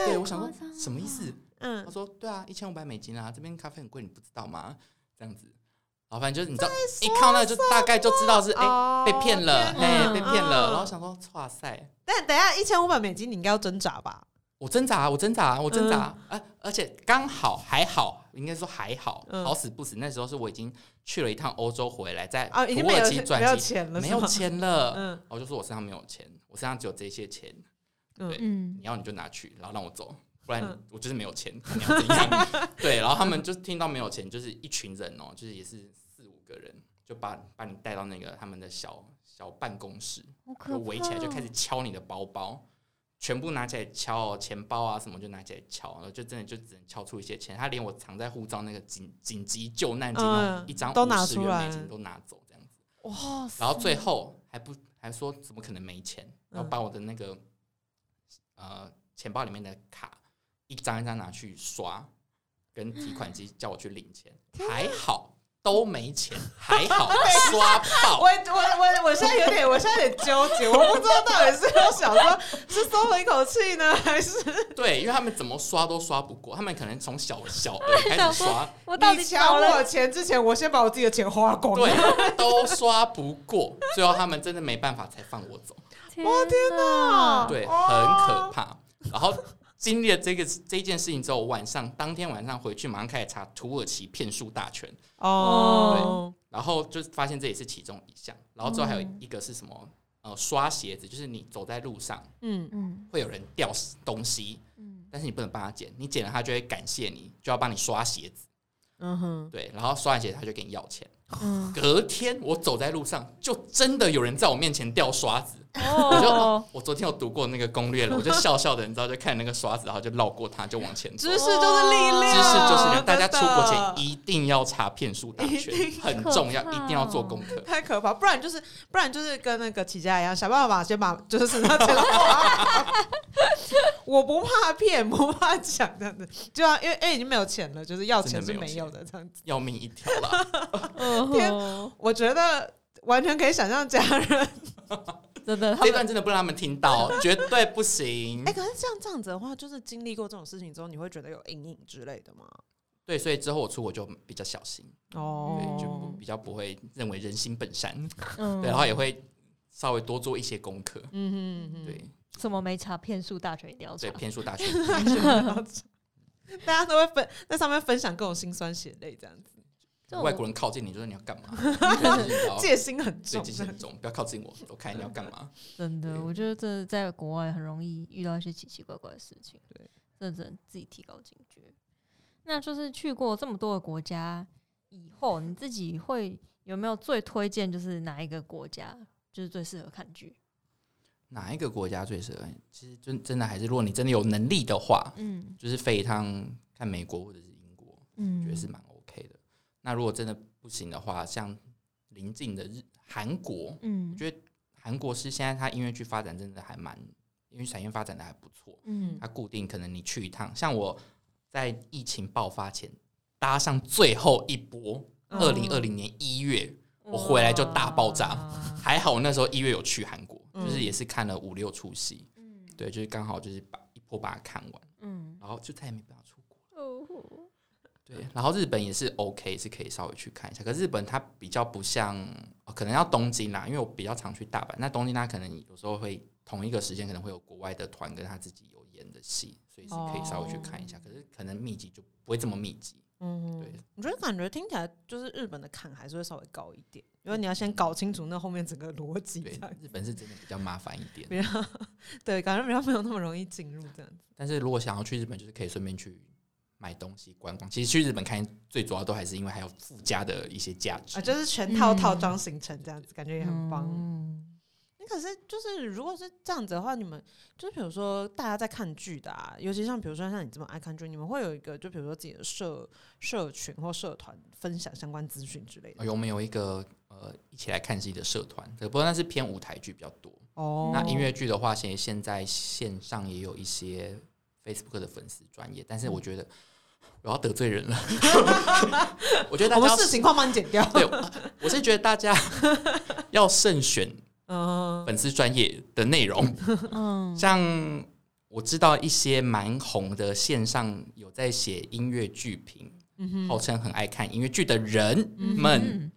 C: 对，我想
B: 夸张
C: 说
B: 了
C: 什么意思？
A: 嗯
C: 他，说对啊，一千五百美金啊，这边咖啡很贵，你不知道吗？这样子，然后反正就是你知道，一看到那就大概就知道是哎、
A: 哦
C: 被骗了，
A: 天
C: 哎、
A: 哪
C: 被骗了。
A: 嗯
C: 然后想说，哇塞，
A: 但等一下一千五百美金，你应该要挣扎吧？
C: 我挣扎，啊我挣扎，
A: 嗯
C: 我挣扎，而、而且刚好还好，应该说还好，
A: 嗯
C: 好死不死，那时候是我已经去了一趟欧洲回来，在
A: 啊，已经
C: 土
A: 没
C: 耳
A: 有
C: 其
A: 没有
C: 转机，
A: 钱了，
C: 没有
A: 是吗，
C: 钱了。
A: 嗯
C: 我就说我身上没有钱，我身上只有这些钱，
B: 嗯
C: 你，要你就拿去，然后让我走，不然
A: 嗯
C: 我就是没有钱， 你要怎样？ 对，然后他们就听到没有钱，就是一群人哦，就是也是四五个人，就把把你带到那个他们的小小办公室，
B: 好可
C: 就
B: 怕
C: 围起来就开始
B: 哦
C: 敲你的包包，全部拿起来敲哦，钱包啊什么就拿起来敲，然后就真的就只能敲出一些钱，他连我藏在护照那个紧紧急救难金哦
A: 嗯
C: 一张
A: 都拿
C: 50
A: 出来
C: 元美金都拿走这样子。
B: 哇塞，
C: 然后最后还不还说怎么可能没钱，
A: 嗯
C: 然后把我的那个、呃钱包里面的卡一张一张拿去刷，跟提款机叫我去领钱，
A: 啊
C: 还好都 没钱，还好刷
A: 我
C: 爆。
A: 我我我现在有点，我现在有点纠结，我不知道到底是要想说是松了一口气 呢，还是
C: 对，因为他们怎么刷都刷不过，他们可能从小小额开
B: 想
C: 始
B: 说
C: 刷，
B: 我到
A: 你
B: 底
A: 抢
B: 少了
A: 我钱之前，我先把我自己的钱花光。
C: 对，都刷不过，最后他们真的没办法才放我走。
B: 我天哪！
C: 对，
A: 哦
C: 很可怕。然后经历了这个这件事情之后，晚上当天晚上回去马上开始查土耳其骗术大全，
A: 哦，
C: 然后就发现这也是其中一项。然后之后还有
B: 嗯
C: 一个是什么？呃，刷鞋子，就是你走在路上
A: 嗯，
B: 嗯
C: 会有人掉东西，
B: 嗯，
C: 但是你不能帮他捡，你捡了他就会感谢你，就要帮你刷鞋子。
A: 嗯哼，
C: 对，然后刷完鞋子他就给你要钱。
B: 嗯
C: 隔天我走在路上，就真的有人在我面前掉刷子，我就、
B: 哦，
C: 我昨天有读过那个攻略 了，我就笑笑的，你知道，就看那个刷子，然后就绕过它，就往前 走。
A: 知识就是力量，
C: 知识就是人，大家出国前
A: 真的
C: 一定要查骗术大全，很重要，
B: 好
C: 一
B: 可怕哦
C: 定要做功 课。
A: 太可怕，不然就是不然就是跟那个起家一样，想办法先把就是 身上钱花。我不怕骗，不怕讲这样子，就要因为哎、已经没有钱了，就是要钱是没有的这样子。
C: 要命一条啦！
A: 天
B: 哦，
A: 我觉得完全可以想象家人
B: 真的，他
C: 这
B: 们
C: 段真的不让他们听到，绝对不行
A: 哎、。可是这样这样子的话，就是经历过这种事情之后，你会觉得有阴影之类的吗？
C: 对，所以之后我出国就比较小心，对，
A: 哦
C: 就不比较不会认为人心本善，
B: 嗯
C: 对，然后也会稍微多做一些功课。
A: 嗯哼嗯哼，
C: 对，
B: 什么没查骗术大全一定要查
C: 对，，骗术大全，
A: 大家都会分在上面分享各种辛酸血泪这样子。
B: 这种
C: 外国人靠近你，就说你要干 嘛？就是你知道
A: 哦戒心很
C: 最
A: 重。
C: 近是很重，不要靠近我，我看你要干嘛。
B: 真的，
C: 对
B: 我觉得这在国外很容易遇到一些奇奇怪怪的事情，
A: 对，
B: 这只能自己提高警觉。那就是去过这么多的国家以后，你自己会有没有最推荐就是哪一个国家就是最适合看剧？
C: 哪一个国家最适合？其实真真的还是，如果你真的有能力的话，
B: 嗯
C: 就是飞一趟看美国或者是英国，
B: 嗯
C: 觉得是蛮 OK 的。那如果真的不行的话，像邻近的日韩国，
B: 嗯
C: 我觉得韩国是现在它音乐剧发展真的还蛮，音乐产业发展的还不错。
B: 嗯
C: 它固定可能你去一趟，像我在疫情爆发前搭上最后一波，
A: 嗯
C: 二零二零年一月，我回来就大爆炸
B: 哇
C: 还好我那时候一月有去韩国，
A: 嗯
C: 就是也是看了五六出戏，
B: 嗯
C: 对，就是刚好就是把一波把它看完，
B: 嗯
C: 然后就再也没办法出国。
B: 哦
C: 对，然后日本也是 OK，是可以稍微去看一下。可是日本它比较不像，呃可能要东京啦，因为我比较常去大阪。那东京它可能有时候会同一个时间可能会有国外的团跟他自己有演的戏，所以是可以稍微去看一下。可是可能密集就不会这么密集。
A: 嗯
C: 对，
A: 我觉得感觉听起来就是日本的坎还是会稍微高一点，因为你要先搞清楚那后面整个逻辑这
C: 对
A: 样，
C: 日本是真的比较麻烦一点。
A: 比较对，感觉比较没有那么容易进入这样子。
C: 但是如果想要去日本，就是可以顺便去买东西观光。其实去日本看最主要都还是因为还有附加的一些价值。
A: 啊，就是全套
B: 嗯
A: 套装行程这样子，感觉也很棒。
B: 嗯
A: 那可是就是如果是这样子的话，你们就比如说大家在看剧的啊，尤其像比如说像你这么爱看剧，你们会有一个就比如说自己的社社群或社团分享相关资讯之类的
C: 哎呦我们有一个呃一起来看戏的社团，不过那是偏舞台剧比较多。
A: 哦
C: 那音乐剧的话，现现在线上也有一些 Facebook 的粉丝专业，但是
A: 嗯
C: 我觉得我要得罪 人了。我觉
A: 我
C: 得大
A: 们
C: 家
A: 视情况帮你剪掉。
C: 对，我我是觉得大家要慎选
A: 嗯，
C: 粉丝专业的内容。
B: 嗯
C: 像我知道一些蛮红的线上有在写音乐剧评，
A: 嗯
C: 号称很爱看音乐剧的人们，
B: 嗯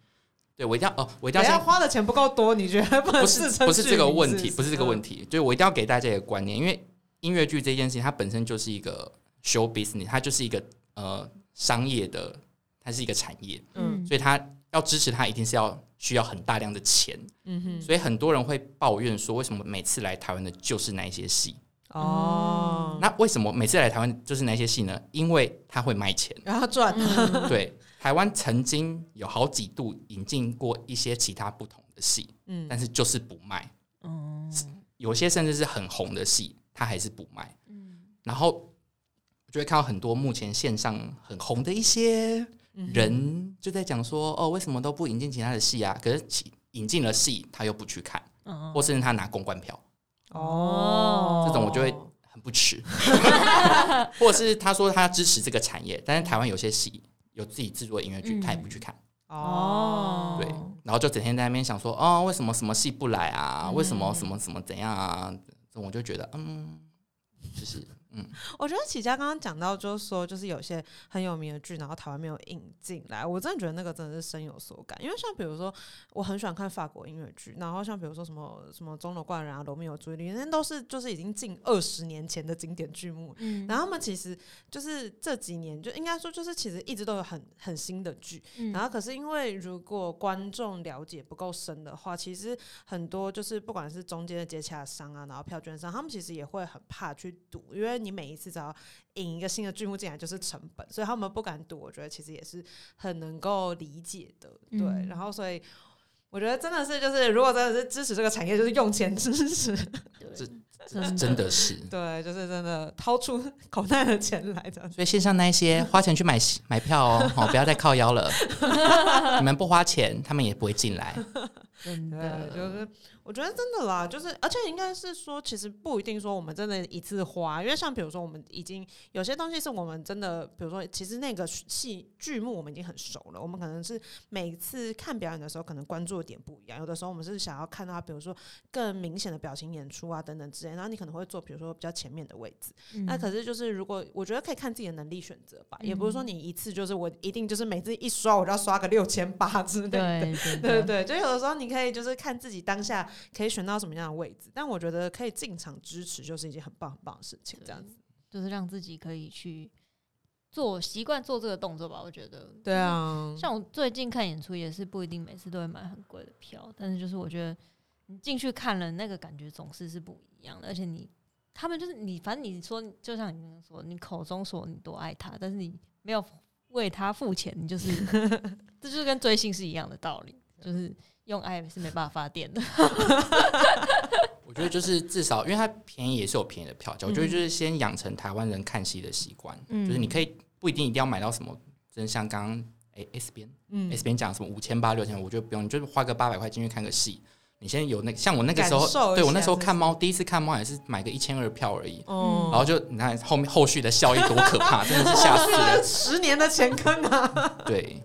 C: 对我一定要哦，我一定
A: 等一
C: 要
A: 下
C: 先。
A: 花的钱不够多，你觉得不能
C: 不
A: 自
C: 是
A: 称
C: 不是这个问题，不是这个问
A: 题。
C: 题，就是我一定要给大家一个观念，因为音乐剧这件事情它本身就是一个 show business，它就是一个呃商业的，它是一个产业，
A: 嗯
C: 所以它要支持它一定是要需要很大量的钱，
A: 嗯哼，
C: 所以很多人会抱怨说，为什么每次来台湾的就是那一些戏？
A: 嗯哦，。
C: 那为什么每次来台湾就是那些戏呢？因为它会卖钱
A: 然后赚，
C: 对，台湾曾经有好几度引进过一些其他不同的戏，
A: 嗯
C: 但是就是不卖。
B: 嗯
C: 有些甚至是很红的戏，它还是不卖。
B: 嗯
C: 然后我就会看到很多目前线上很红的一些
B: 嗯
C: 人就在讲说，哦，为什么都不引进其他的戏啊？可是其引进了戏，他又不去看，
B: 嗯
C: 或甚至他拿公关票，
A: 哦，
C: 这种我就会很不 耻。或者是他说他支持这个产业，但是台湾有些戏有自己制作的音乐剧，
B: 嗯
C: 他也不去看。
A: 哦，
C: 对，然后就整天在那边想说，哦，为什么什么戏不来啊？为什么什么什么怎样啊？这种我就觉得，嗯，就是
A: 我觉得启佳刚刚讲到，就是说，就是有些很有名的剧，然后台湾没有引进来，我真的觉得那个真的是深有所感。因为像比如说，我很喜欢看法国音乐剧，然后像比如说什么什么《钟楼怪人》啊，《罗密欧与朱丽叶》，那都是就是已经近二十年前的经典剧目。
B: 嗯
A: 然后他们其实就是这几年，就应该说就是其实一直都有很很新的剧，
B: 嗯
A: 然后可是因为如果观众了解不够深的话，其实很多就是不管是中间的接洽商啊，然后票券商，他们其实也会很怕去赌，因为你每一次只要引一个新的剧目进来就是成本，所以他们不敢赌。我觉得其实也是很能够理解的，对。
B: 嗯
A: 然后所以。我觉得真的是，就是如果真的是支持这个产业，就是用钱支持，
B: 真
C: 真的是。
A: 对，就是真的掏出 口袋的钱来这样子。
C: 所以线上那一些花钱去买戏买票哦，哦，不要再靠腰了。你们不花钱，他们也不会进来。
B: 真
A: 对，
B: 的
A: 就是我觉得真的啦，就是而且应该是说，其实不一定说我们真的一次花，因为像比如说我们已经有些东西是我们真的，比如说其实那个戏剧目我们已经很熟了，我们可能是每次看表演的时候可能关注的点不一样，有的时候我们是想要看到它，比如说更明显的表情演出啊等等之类，然后你可能会坐比如说比较前面的位置，
B: 嗯
A: 那可是就是，如果我觉得可以看自己的能力选择吧，也不是
B: 嗯
A: 说你一次就是我一定就是每次一刷我就要刷个六千八之类的。
B: 对真
A: 对
B: 的
A: 对，就有的时候你可以就是看自己当下可以选到什么样的位置，但我觉得可以进场支持就是一件很棒很棒的事情，这样子。
B: 就是让自己可以去做习惯做这个动作吧，我觉得。
A: 对，啊，
B: 像我最近看演出也是不一定每次都会买很贵的票，但是就是我觉得你进去看了那个感觉总是是不一样的，而且你他们就是你，反正你说就像你刚刚说，你口中说你多爱他，但是你没有为他付钱，你就是 这就是跟追星是一样的道理，就是用爱是没办法发电的。
C: 我觉得就是至少，因为它便宜也是有便宜的票价。我觉得
A: 嗯
C: 就是先养成台湾人看戏的习惯，
B: 嗯
C: 就是你可以不一定一定要买到什么，真像刚刚哎 S 边
A: 嗯
C: S 边讲什么五千八六千，我觉得不用，你就是花个八百块进去看个戏。你先有那像我那个
A: 感
C: 时
A: 受一
C: 候，
A: 下
C: 对我那时
A: 是
C: 候
A: 不是
C: 看猫，第一次看猫也是买个一千二票而已，
A: 哦
C: 然后就你看后面后续的效益多可 怕，真的是吓死人。
A: 嗯十年的前坑啊，
C: 对，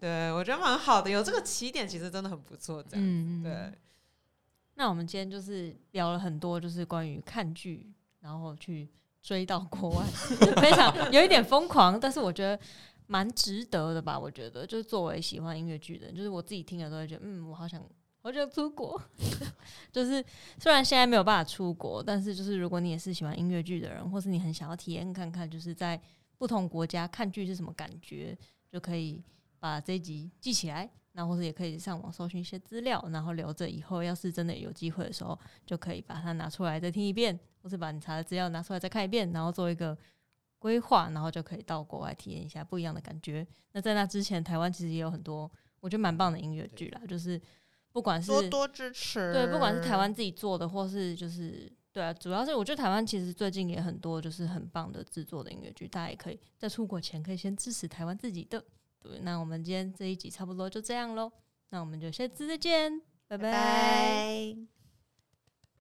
A: 对我觉得蛮好的，有这个起点其实真的很不错，这样、
B: 嗯，嗯
A: 对。
B: 那我们今天就是聊了很多，就是关于看剧，然后去追到国外， 非常有一点疯狂，但是我觉得蛮值得的吧。我觉得就是作为喜欢音乐剧的人，就是我自己听了都会觉得，嗯，我好想，我想出国。就是虽然现在没有办法出国，但是就是如果你也是喜欢音乐剧的人，或是你很想要体验看看，就是在不同国家看剧是什么感觉，就可以把这一集记起来，那或者也可以上网搜寻一些资料，然后留着以后要是真的有机会的时候，就可以把它拿出来再听一遍，或是把你查的资料拿出来再看一遍，然后做一个规划，然后就可以到国外体验一下不一样的感觉。那在那之前，台湾其实也有很多我觉得蛮棒的音乐剧啦，就是不管是
A: 多支持
B: 对，不管是台湾
A: 嗯
B: 自己做的，或是就是对啊，主要是我觉得台湾其实最近也很多就是很棒的制作的音乐剧，大家也可以在出国前可以先支持台湾自己的。对，那我们今天这一集差不多就这样喽，那我们就下次再见，拜拜